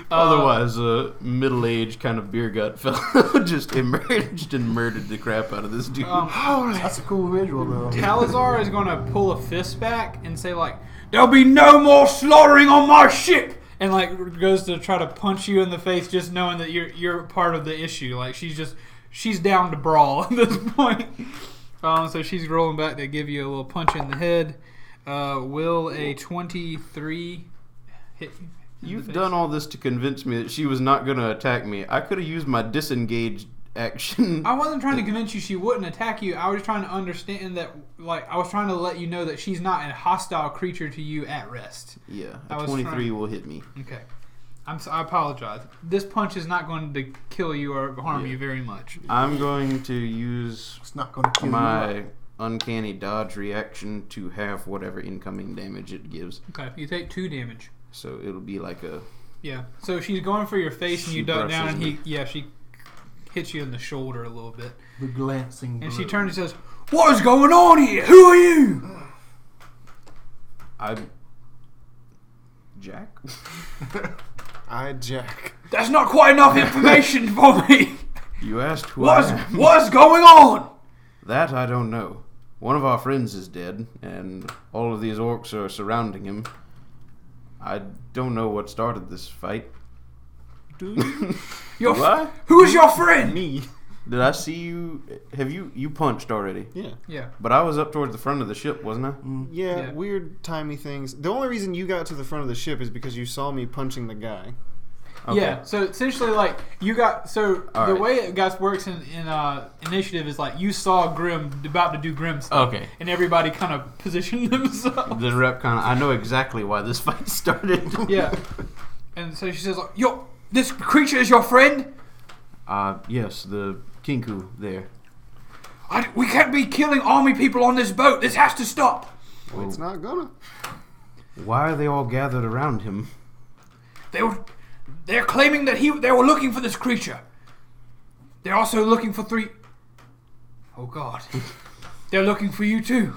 D: Otherwise, a middle-aged kind of beer gut fellow just emerged and murdered the crap out of this dude.
A: um,
B: That's a cool visual, though.
A: Talazar is going to pull a fist back and say, like, there'll be no more slaughtering on my ship! And, like, goes to try to punch you in the face just knowing that you're, you're part of the issue. Like, she's just, she's down to brawl at this point. Um, so she's rolling back to give you a little punch in the head. Uh, will a 23 hit you? in the
D: You've
A: face?
D: done all this to convince me that she was not going to attack me. I could have used my disengaged action.
A: I wasn't trying to convince you she wouldn't attack you. I was trying to understand that, like, I was trying to let you know that she's not a hostile creature to you at rest.
D: Yeah,
A: I
D: a
A: was
D: 23
A: trying-
D: will hit me.
A: Okay. I'm so, I apologize. This punch is not going to kill you or harm
D: Yeah.
A: you very much.
D: I'm going to use
B: It's not going to kill you.
D: my uncanny dodge reaction to have whatever incoming damage it gives.
A: Okay. You take two damage.
D: So it'll be like a
A: Yeah. So she's going for your face and
D: She
A: you duck down
D: brushes
A: and he yeah, she hits you in the shoulder a little bit.
B: The glancing.
A: And she
B: blow.
A: turns and says, What is going on here? Who are you?
D: I Jack.
C: I Jack.
A: That's not quite enough information for me.
D: You asked who
A: What's
D: I am.
A: what's going on?
D: That I don't know. One of our friends is dead, and all of these orcs are surrounding him. I don't know what started this fight.
A: Your f-
D: What?
A: who's your friend?
D: Me? Did I see you? Have you you punched already?
C: Yeah.
A: Yeah.
D: But I was up towards the front of the ship, wasn't I?
A: Mm.
C: yeah.
A: Yeah.
C: Weird timey things. The only reason you got to the front of the ship is because you saw me punching the guy.
D: Okay.
A: Yeah, so essentially, like you got so
D: All
A: the
D: right.
A: way it guys works in, in uh, initiative is like you saw Grim about to do Grim stuff,
D: Okay.
A: and everybody kind of positioned themselves.
D: The rep kind of. I know exactly why this fight started.
A: yeah, and so she says, like, "Yo, this creature is your friend.
D: Uh, yes, the kinku there.
A: I, we can't be killing army people on this boat. This has to stop.
C: Well, it's not gonna.
D: Why are they all gathered around him?
A: They were, they're claiming that he they were looking for this creature. They're also looking for three Oh God, they're looking for you too."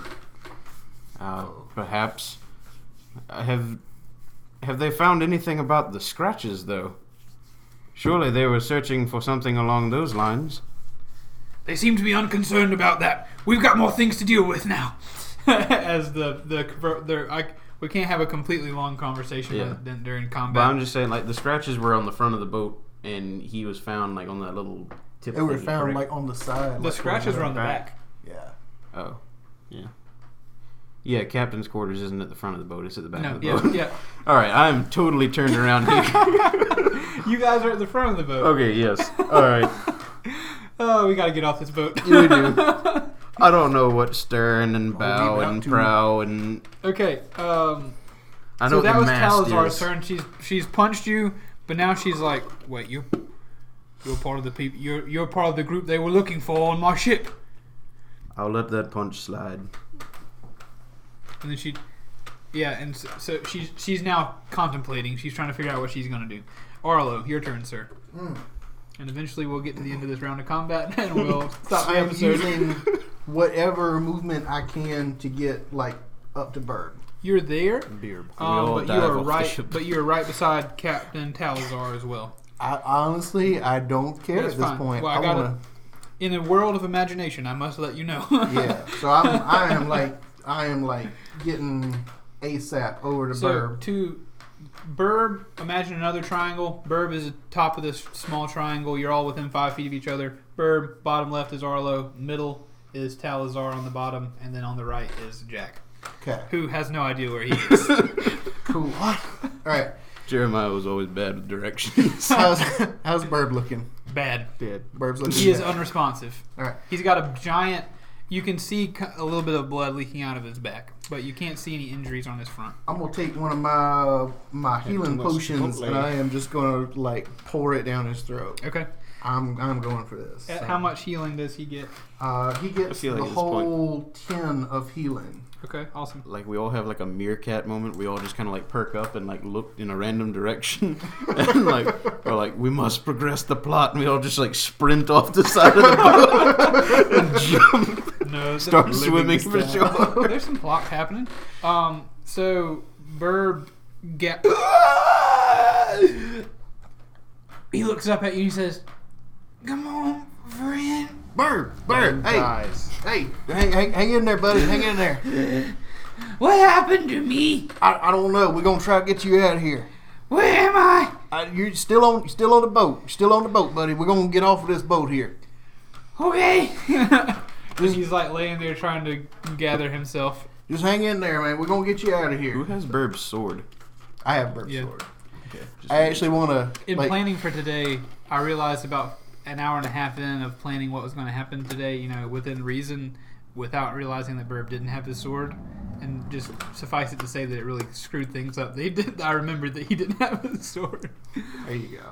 D: Uh, perhaps. Uh, Have have they found anything about the scratches though? Surely they were searching for something along those lines.
A: They seem to be unconcerned about that. We've got more things to deal with now. As the the, convert- the I, we can't have a completely long conversation
D: Yeah.
A: with- than- during
D: But I'm
A: combat.
D: just saying, like the scratches were on the front of the boat, and he was found like on that little tip.
B: They were
D: thingy,
B: found
D: correct?
B: like on the side.
A: The
B: like,
A: scratches
B: over
A: were on the
B: there.
A: back.
B: Yeah.
D: Oh,
C: Yeah.
D: yeah. Captain's quarters isn't at the front of the boat; it's at the back
A: No,
D: of the
A: yeah,
D: boat.
A: yeah.
D: All right, I'm totally turned around here.
A: You guys are at the front of the boat.
D: okay, yes. All right.
A: Oh, we gotta get off this boat.
D: We do. I don't know what stern and bow
B: about
D: and
B: to-
D: prow and
A: okay. Um,
D: I know
A: so
D: what
A: that
D: the
A: was
D: mast
A: Talazar's
D: is.
A: turn. She's she's punched you, but now she's like, wait, you you're part of the people. You're you're part of the group they were looking for on my ship.
D: I'll let that punch slide.
A: And then she, yeah, and so, so she's she's now contemplating. She's trying to figure out what she's gonna do. Arlo, your turn, sir. And eventually we'll get to the end of this round of combat and we'll stop the
B: I'm
A: episode.
B: using whatever movement I can to get like up to bird.
A: You're there,
D: Beer.
A: um, but you are right. But you are right beside Captain Talzar as well.
B: I honestly I don't care
A: That's
B: at this
A: fine.
B: point.
A: Well, I
B: I,
A: gotta-
B: wanna,
A: In a world of imagination, I must let you know.
B: yeah. So I'm I am like I am like getting ASAP over to
A: So
B: bird.
A: to Burb, imagine another triangle. Burb is the top of this small triangle. You're all within five feet of each other. Burb, bottom left is Arlo, middle is Talazar on the bottom, and then on the right is Jack,
B: Okay.
A: who has no idea where he is.
B: Cool. All right.
D: Jeremiah was always bad with directions.
B: How's how's bird looking?
A: Bad.
C: Dead.
B: Bird's looking.
A: He is
B: bad.
A: unresponsive.
B: All right.
A: He's got a giant. You can see c- a little bit of blood leaking out of his back, but you can't see any injuries on his front.
B: I'm gonna take one of my my healing
C: too much
B: potions and
C: Chipotle.
B: I am just gonna like pour it down his throat.
A: Okay.
B: I'm I'm going for this.
A: At
B: So,
A: how much healing does he get?
B: Uh, he gets
D: feel like
B: the
D: at this point-
B: whole ten of healing.
A: Okay. Awesome.
D: like we all have like a meerkat moment. We all just kind of like perk up and like look in a random direction, and like we're like we must progress the plot, and we all just like sprint off the side of the boat and jump,
A: No.
D: start swimming for sure.
A: There's some plot happening. Um, so Burb get he looks up at you and he says, "Come on, friend."
B: Bird, bird, hey,
C: Dies.
B: hey, hang, hang, hang in there, buddy, hang in there.
A: What happened to me?
B: I, I don't know. We're gonna try to get you out of here.
A: Where am I?
B: I, you're still on, you're still on the boat, You're still on the boat, buddy. We're gonna get off of this boat here.
A: Okay. and he's like laying there trying to gather himself.
B: Just hang in there, man. We're gonna get you out of here.
D: Who has Burb's sword?
B: I have bird
A: Yeah.
B: sword.
D: Okay, just-
B: I actually wanna
A: In
B: like,
A: planning for today, I realized about an hour and a half in of planning what was going to happen today, you know, within reason, without realizing that Burb didn't have his sword, and just suffice it to say that it really screwed things up. They did. I remembered that he didn't have his sword.
B: There you go.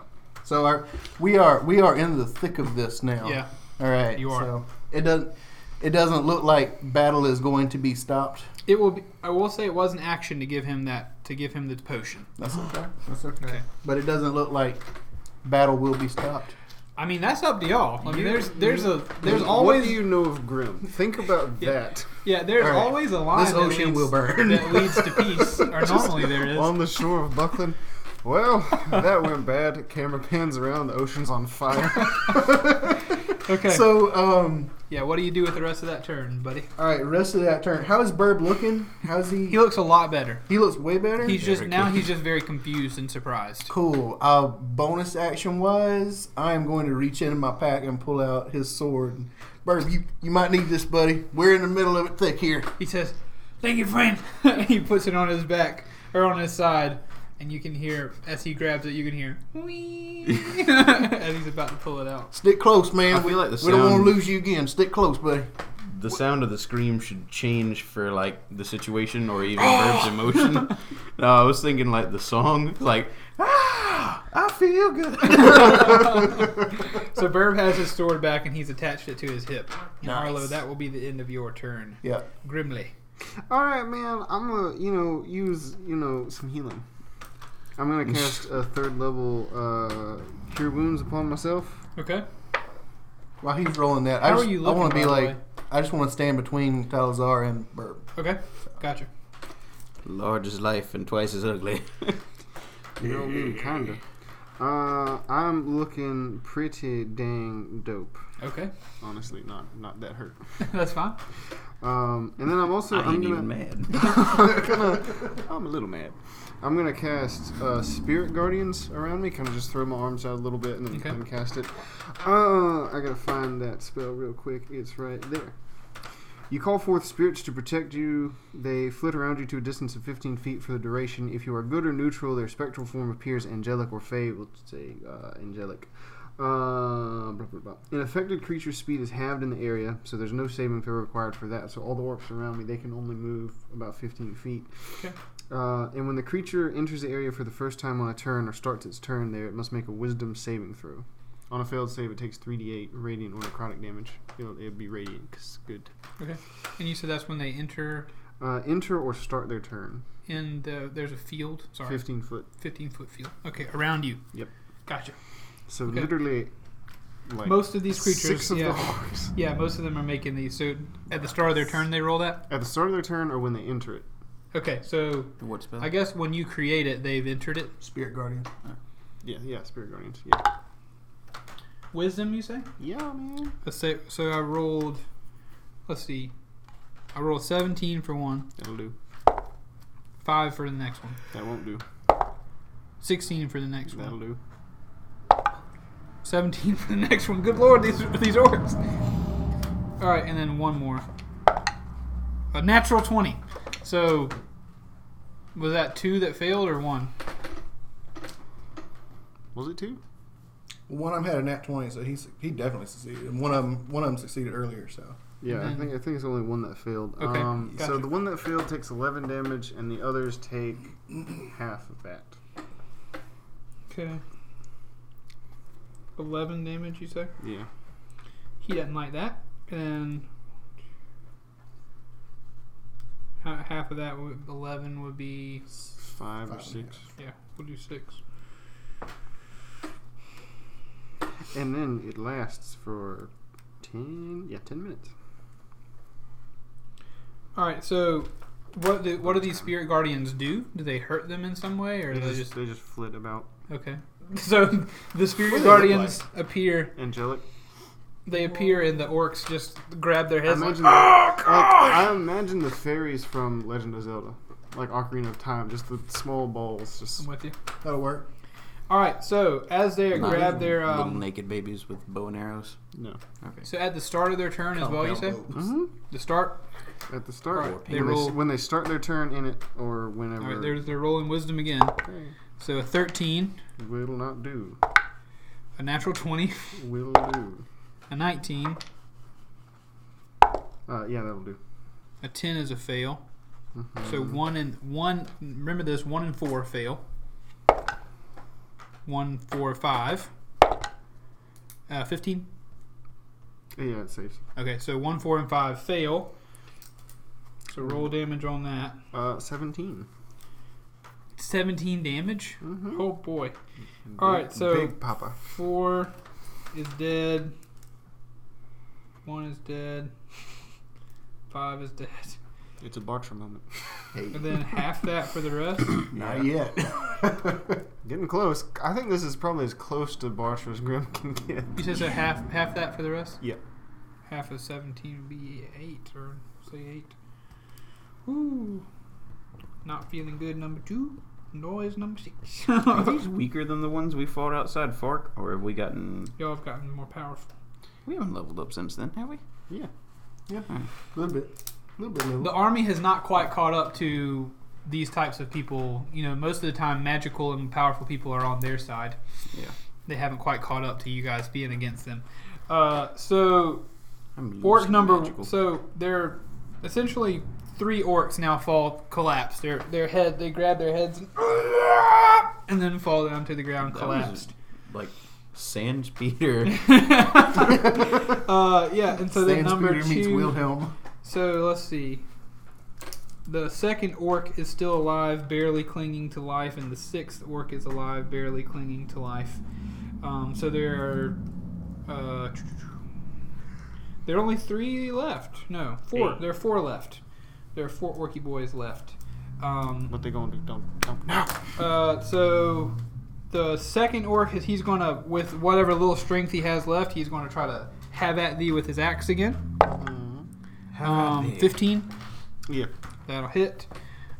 B: So our, we are we are in the thick of this now.
A: Yeah.
B: All right.
A: You are.
B: So it doesn't it doesn't look like battle is going to be stopped.
A: It will. Be, I will say it was an action to give him that to give him the potion.
B: That's okay. That's okay.
A: Okay.
B: But it doesn't look like battle will be stopped.
A: I mean, that's up to y'all. I mean,
C: You-
A: there's there's a there's
C: What
A: always
C: do you know of Grim? Think about that.
A: yeah there's
B: All right.
A: always a line
B: This
A: that
B: ocean
A: leads-
B: will burn.
A: that leads to peace. Or normally there is.
C: On the shore of Buckland. Well, that went bad. Camera pans around. The ocean's on fire.
A: Okay.
B: So um,
A: yeah. What do you do with the rest of that turn, buddy?
B: all right. Rest of that turn. How is Burb looking? How's he?
A: He looks a lot better.
B: he looks way better.
A: He's just
D: Very
A: now.
D: good.
A: He's just very confused and surprised.
B: cool. Uh, bonus action wise, I am going to reach into my pack and pull out his sword. Burb, you, you might need this, buddy. We're in the middle of it thick here.
A: He says, "Thank you, friend." he puts it on his back or on his side, and you can hear as he grabs it. You can hear "Wee," as he's about to pull it out.
B: Stick close, man.
D: I feel like the
B: we don't want
D: sound-
B: to lose you again. Stick close, buddy.
D: The sound of the scream should change for like the situation or even Burb's emotion. No, I was thinking like the song, like ah, I feel good.
A: So Burb has his sword back, and he's attached it to his hip. And
B: Nice.
A: Arlo, that will be the end of your turn.
B: Yeah.
A: Grimly.
C: All right, man. I'm gonna, you know, use, you know, some healing. I'm gonna
D: Mm.
C: cast a third level uh, cure wounds upon myself.
A: Okay.
B: While he's rolling that, I
A: How
B: just
A: are you
B: I want
A: looking,
B: to be
A: by the
B: like I just want to stand between Talazar and Burb.
A: Okay. Gotcha.
D: Large as life and twice as ugly.
C: You know, what I mean, kinda. Uh, I'm looking pretty dang dope.
A: Okay.
C: Honestly, not not that hurt.
A: That's fine.
C: Um, and then I'm also
D: I
C: I'm
D: ain't
C: gonna,
D: even mad.
C: I'm a little mad. I'm gonna cast uh, Spirit Guardians around me. Kind of just throw my arms out a little bit and then
A: Okay.
C: and cast it. Uh, I gotta find that spell real quick. It's right there. You call forth spirits to protect you. They flit around you to a distance of 15 feet for the duration. If you are good or neutral, their spectral form appears angelic or fey. We'll say uh, angelic. Uh, blah, blah, blah. An affected creature's speed is halved in the area, so there's no saving throw required for that. So all the orcs around me, they can only move about 15 feet.
A: Okay.
C: Uh, and when the creature enters the area for the first time on a turn or starts its turn there, it must make a wisdom saving throw. On a failed save, it takes 3d8 radiant or necrotic damage. It'll, it'll be radiant 'cause good.
A: Okay. And you said that's when they enter
C: Uh, enter or start their turn.
A: in the. There's a field. Sorry.
C: 15 foot.
A: 15 foot field. Okay. Around you.
C: Yep.
A: Gotcha.
C: So
A: Okay.
C: literally, like
A: Most of these creatures,
C: six of
A: yeah.
C: the horse.
A: Yeah, most of them are making these. So at the start of their turn, they roll that.
C: At the start of their turn or when they enter it.
A: Okay, so
D: What spell?
A: I guess when you create it, they've entered it.
B: Spirit Guardian.
C: Yeah, yeah, Spirit Guardians. Yeah,
A: Wisdom, you say?
C: yeah, man.
A: Let's say. So I rolled. Let's see. I rolled 17 for one,
C: That'll do.
A: five for the next one,
C: That won't do.
A: 16 for the next
C: That'll
A: one,
C: do.
A: 17 for the next one. Good lord, these these orcs. All right, and then one more. A natural 20. So was that two that failed or one?
C: Was it two?
B: One of them had a nat twenty, so he su- he definitely succeeded. And one of them one of them succeeded earlier, so
C: Yeah, I
A: Mhm.
C: think I think it's only one that failed.
A: Okay,
C: Um, So
A: gotcha.
C: the one that failed takes eleven damage, and the others take half of that.
A: Okay. 11 damage, you say?
C: Yeah.
A: He doesn't like that. And ha- half of that, would, 11 would be.
C: Five, or
B: Five,
C: six.
A: Yeah, we'll do 6.
C: And then it lasts for ten yeah, ten minutes.
A: Alright, so what do, what do these spirit guardians do? Do they hurt them in some way? Or
C: They
A: do
C: just, they just flit about.
A: Okay. So the
B: What
A: spirit
B: do they look
A: guardians appear.
C: Angelic.
A: They appear, and the orcs just grab their
C: I
A: heads.
C: imagine,
A: Like,
C: the, like, I imagine the fairies from Legend of Zelda. Like Ocarina of Time, just the small balls just
A: I'm with you.
B: that'll work.
A: All right, so as they
D: Not
A: grab
D: even
A: their
D: little
A: um,
D: naked babies with bow and arrows.
C: no.
D: Okay.
A: so at the start of their turn as well, you say
C: hmm
A: the start.
C: At the start,
A: Alright,
C: when,
A: they
C: they, s-
A: roll-
C: when they start their turn in it or whenever
A: All right, there's their rolling wisdom again. So a 13,
C: will not do.
A: a natural 20,
C: Will do.
A: a 19,
C: Uh, yeah, that'll do.
A: a 10 is a fail.
C: Mm-hmm.
A: So one and one. Remember this: one and four fail. One, four, five. Uh, 15.
C: Yeah, it saves.
A: Okay, so one, four, and five fail. So roll damage on that.
C: Uh, 17.
A: 17 damage.
C: Mm-hmm.
A: Oh boy. All right, so
C: Big Papa.
A: Four is dead. One is dead. Five is dead.
C: It's a Bartra moment.
B: Hey,
A: And then half that for the rest.
B: not yet.
C: Getting close. I think this is probably as close to Bartra as Grim can get.
A: You said so half half that for the rest?
C: Yeah.
A: Half of seventeen would be eight or say eight. Ooh. Not feeling good number two. Noise number six.
D: Are these weaker than the ones we fought outside Fark, or have we gotten?
A: Y'all have gotten more powerful.
D: We haven't leveled up since then, have we?
C: Yeah.
B: A little bit, a little bit.
A: The
B: Little.
A: army has not quite caught up to these types of people. You know, most of the time, magical and powerful people are on their side.
D: Yeah.
A: They haven't quite caught up to you guys being against them. Uh, so,
D: I'm
A: orc
D: loosely
A: number.
D: magical.
A: So, they're essentially three orcs now fall, collapse. Their, their head, they grab their heads and, and then fall down to the ground,
D: That
A: collapsed.
D: was, like sand speeder.
A: uh, yeah, and so then
B: Stan
A: number
B: Speeder meets
A: two.
B: Wilhelm.
A: So let's see. The second orc is still alive, barely clinging to life, and the sixth orc is alive, barely clinging to life. Um, so there are. Uh, there are only three left. No, four.
C: Eight.
A: There are four left. There are four orky boys left. Um,
C: What they gonna do? Don't, don't. No!
A: uh, so the second orc, is he's going to, with whatever little strength he has left, he's going to try to have at thee with his axe again. Um, 15.
C: Mm-hmm. Yeah.
A: That'll hit.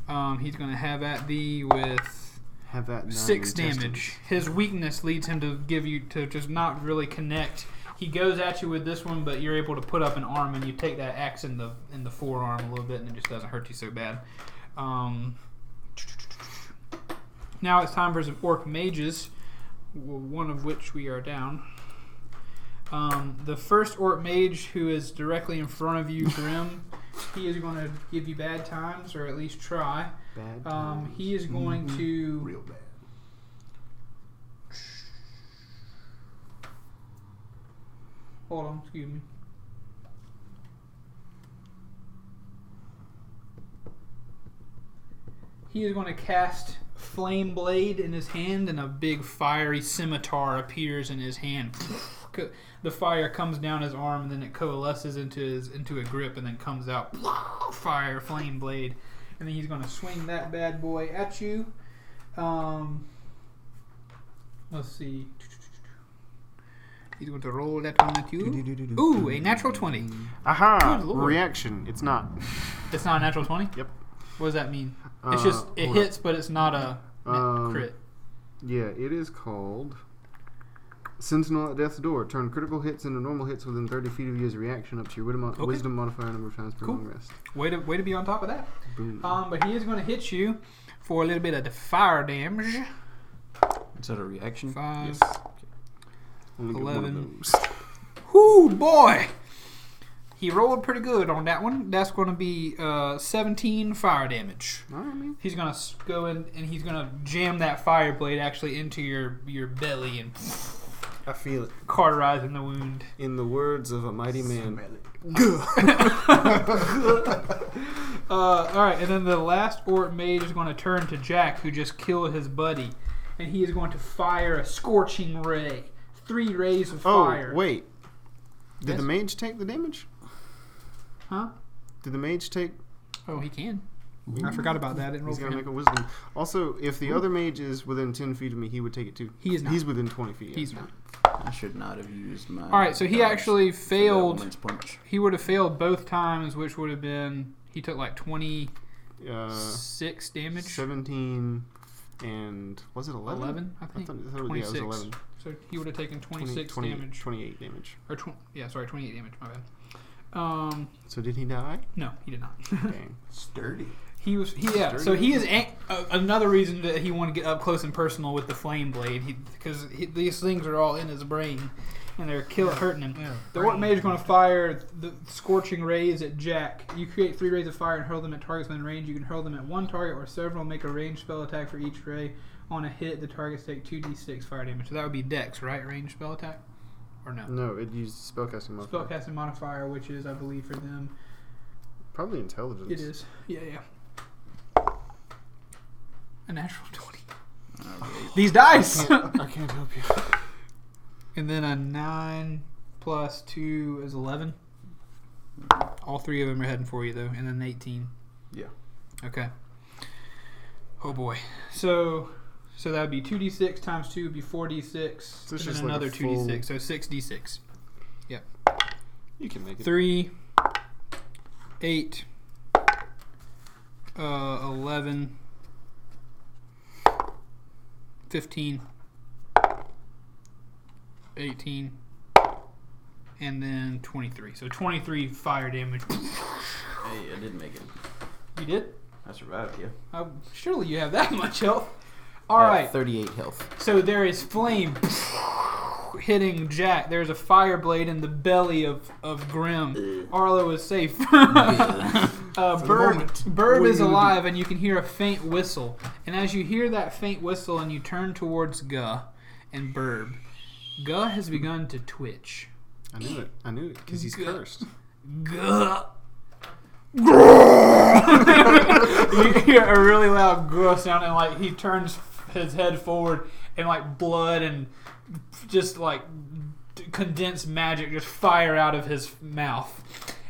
A: Um, he's going to have at thee with
C: Have that. nine
A: six
C: intestines.
A: damage. His weakness leads him to give you to just not really connect. He goes at you with this one, but you're able to put up an arm and you take that axe in the in the forearm a little bit, and it just doesn't hurt you so bad. Um, now it's time for some orc mages, w- one of which we are down. Um, the first orc mage who is directly in front of you, Grim, he is going to give you bad times, or at least try.
C: Bad
A: Um, he is going
B: Mhm.
A: to
B: Real bad.
A: Hold on, excuse me. He is going to cast flame blade in his hand, and a big fiery scimitar appears in his hand. Co- The fire comes down his arm, and then it coalesces into his into a grip, and then comes out fire flame blade, and then he's gonna swing that bad boy at you. Um, let's see. He's going to roll that one at you. Ooh, a natural twenty.
C: Aha!
A: Good lord.
C: Reaction. It's not.
A: It's not a natural twenty.
C: Yep.
A: What does that mean?
C: Uh,
A: It's just it
C: hold up.
A: hits, but it's not a net
C: Um,
A: crit.
C: Yeah, it is called Sentinel at Death's Door. Turn critical hits into normal hits within 30 feet of you as a reaction up to your wisdom,
A: Okay.
C: wisdom modifier number of times per
A: Cool.
C: long rest.
A: Way to way to be on top of that.
C: Boom.
A: Um, but he is going to hit you for a little bit of the fire damage. Um,
D: Is that a reaction?
A: Five.
C: Only get one of
A: 11.
C: those.
A: Whoo boy! He rolled pretty good on that one. That's going to be uh, 17 fire damage.
C: All right, man.
A: He's gonna s- go in and he's gonna jam that fire blade actually into your your belly and
C: I feel it.
A: cauterizing the wound.
C: In the words of a mighty man.
A: Uh, all right, and then the last orc mage is going to turn to Jack, who just killed his buddy, and he is going to fire a scorching ray, three rays of
C: Oh,
A: fire.
C: wait. Did
A: Yes?
C: the mage take the damage?
A: huh?
C: Did the mage take?
A: Oh, he can. I forgot about that. I didn't roll
C: Mm. He's
A: for
C: gonna make
A: him.
C: a wisdom. Also, if the other mage is within ten feet of me, he would take it too.
A: He is not.
C: He's within twenty feet. yeah.
A: He's not.
D: I should not have used my.
A: All right, so he
D: dodge
A: actually
D: for that
A: failed.
D: woman's punch.
A: He would have failed both times, which would have been he took like twenty
C: Uh,
A: six damage.
C: seventeen and was it eleven?
A: 11, I think.
C: thought, I thought it was- yeah,
A: 26.
C: it was eleven.
A: So he would have taken
C: 20
A: 26
C: 20
A: damage.
C: Twenty-eight damage.
A: Or tw- yeah, sorry, 28 damage, my bad. Um,
C: So did he die?
A: no, he did not.
C: Dang.
B: Sturdy.
A: He was he, yeah. So he is an, uh, another reason that he wanted to get up close and personal with the flame blade because he, these things are all in his brain and they're kill hurting him. The orc mage is going to fire the scorching rays at Jack. You create three rays of fire and hurl them at targets within range. You can hurl them at one target or several. Make a ranged spell attack for each ray. On a hit, the targets take two d6 fire damage. So that would be Dex, right? Ranged spell attack, or no?
C: No, it used spellcasting modifier.
A: Spellcasting modifier, which is I believe for them
C: Probably intelligence.
A: It is. Yeah, yeah. A natural 20. These dice!
C: I can't help you.
A: and then a 9 plus 2 is 11. All three of them are heading for you, though. And then 18.
C: Yeah.
A: Okay. Oh, boy. So. So that would be 2d6 times 2 would be 4d6.
C: So it's
A: and
C: just
A: then
C: like a
A: another
C: full-
A: 2d6. So 6d6.
C: You can make it.
A: 3, 8, uh, 11, 15, 18, and then 23. So 23 fire damage.
D: Hey, I did make it.
A: You did?
D: I survived. Yeah.
A: Uh, surely you have that much health. All right.
D: Thirty-eight health.
A: So there is flame hitting Jack. There's a fire blade in the belly of, of
B: Eh.
A: Grim. Arlo is safe. uh, Burb,
B: moment.
A: Burb
B: What
A: is
B: do you do?
A: alive, and you can hear a faint whistle. And as you hear that faint whistle and you turn towards Guh and Burb, Guh has begun to twitch.
C: I knew it. I knew it because he's
A: Good.
C: cursed.
A: Guh. you hear a really loud gruff sound, and like he turns his head forward, and like blood and just like d- condensed magic just fire out of his mouth.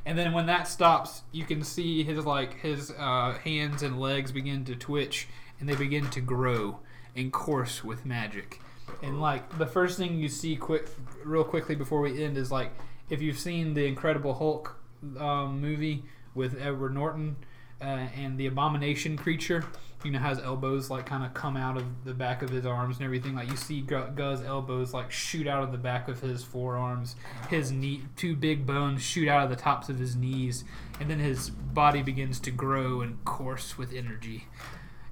A: And then when that stops, you can see his like his uh, hands and legs begin to twitch, and they begin to grow and course with magic. And like the first thing you see quick, real quickly before we end is like if you've seen the Incredible Hulk um, movie with Edward Norton uh, and the abomination creature you know how his elbows like kind of come out of the back of his arms and everything like you see Gu- Guz's elbows like shoot out of the back of his forearms his knee two big bones shoot out of the tops of his knees and then his body begins to grow and course with energy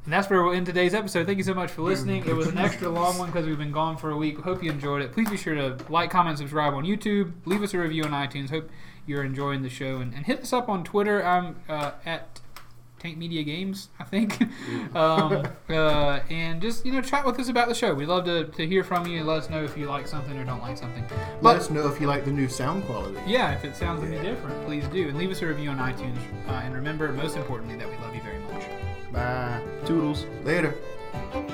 A: and that's where we'll end today's episode. Thank you so much for listening. It was an extra long one because we've been gone for a week. Hope you enjoyed it. Please be sure to like, comment, subscribe on YouTube. Leave us a review on iTunes. Hope you're enjoying the show. And, and hit us up on Twitter. I'm uh, at Tank Media Games, I think. um, uh, and just, you know, chat with us about the show. We'd love to, to hear from you and let us know if you like something or don't like something.
B: Let us know if you like the new sound quality.
A: Yeah, if it sounds any
B: Yeah.
A: different, please do. And leave us a review on iTunes. Uh, and remember, most importantly, that we love you very much.
C: Bye.
D: Toodles.
B: Later.
D: later.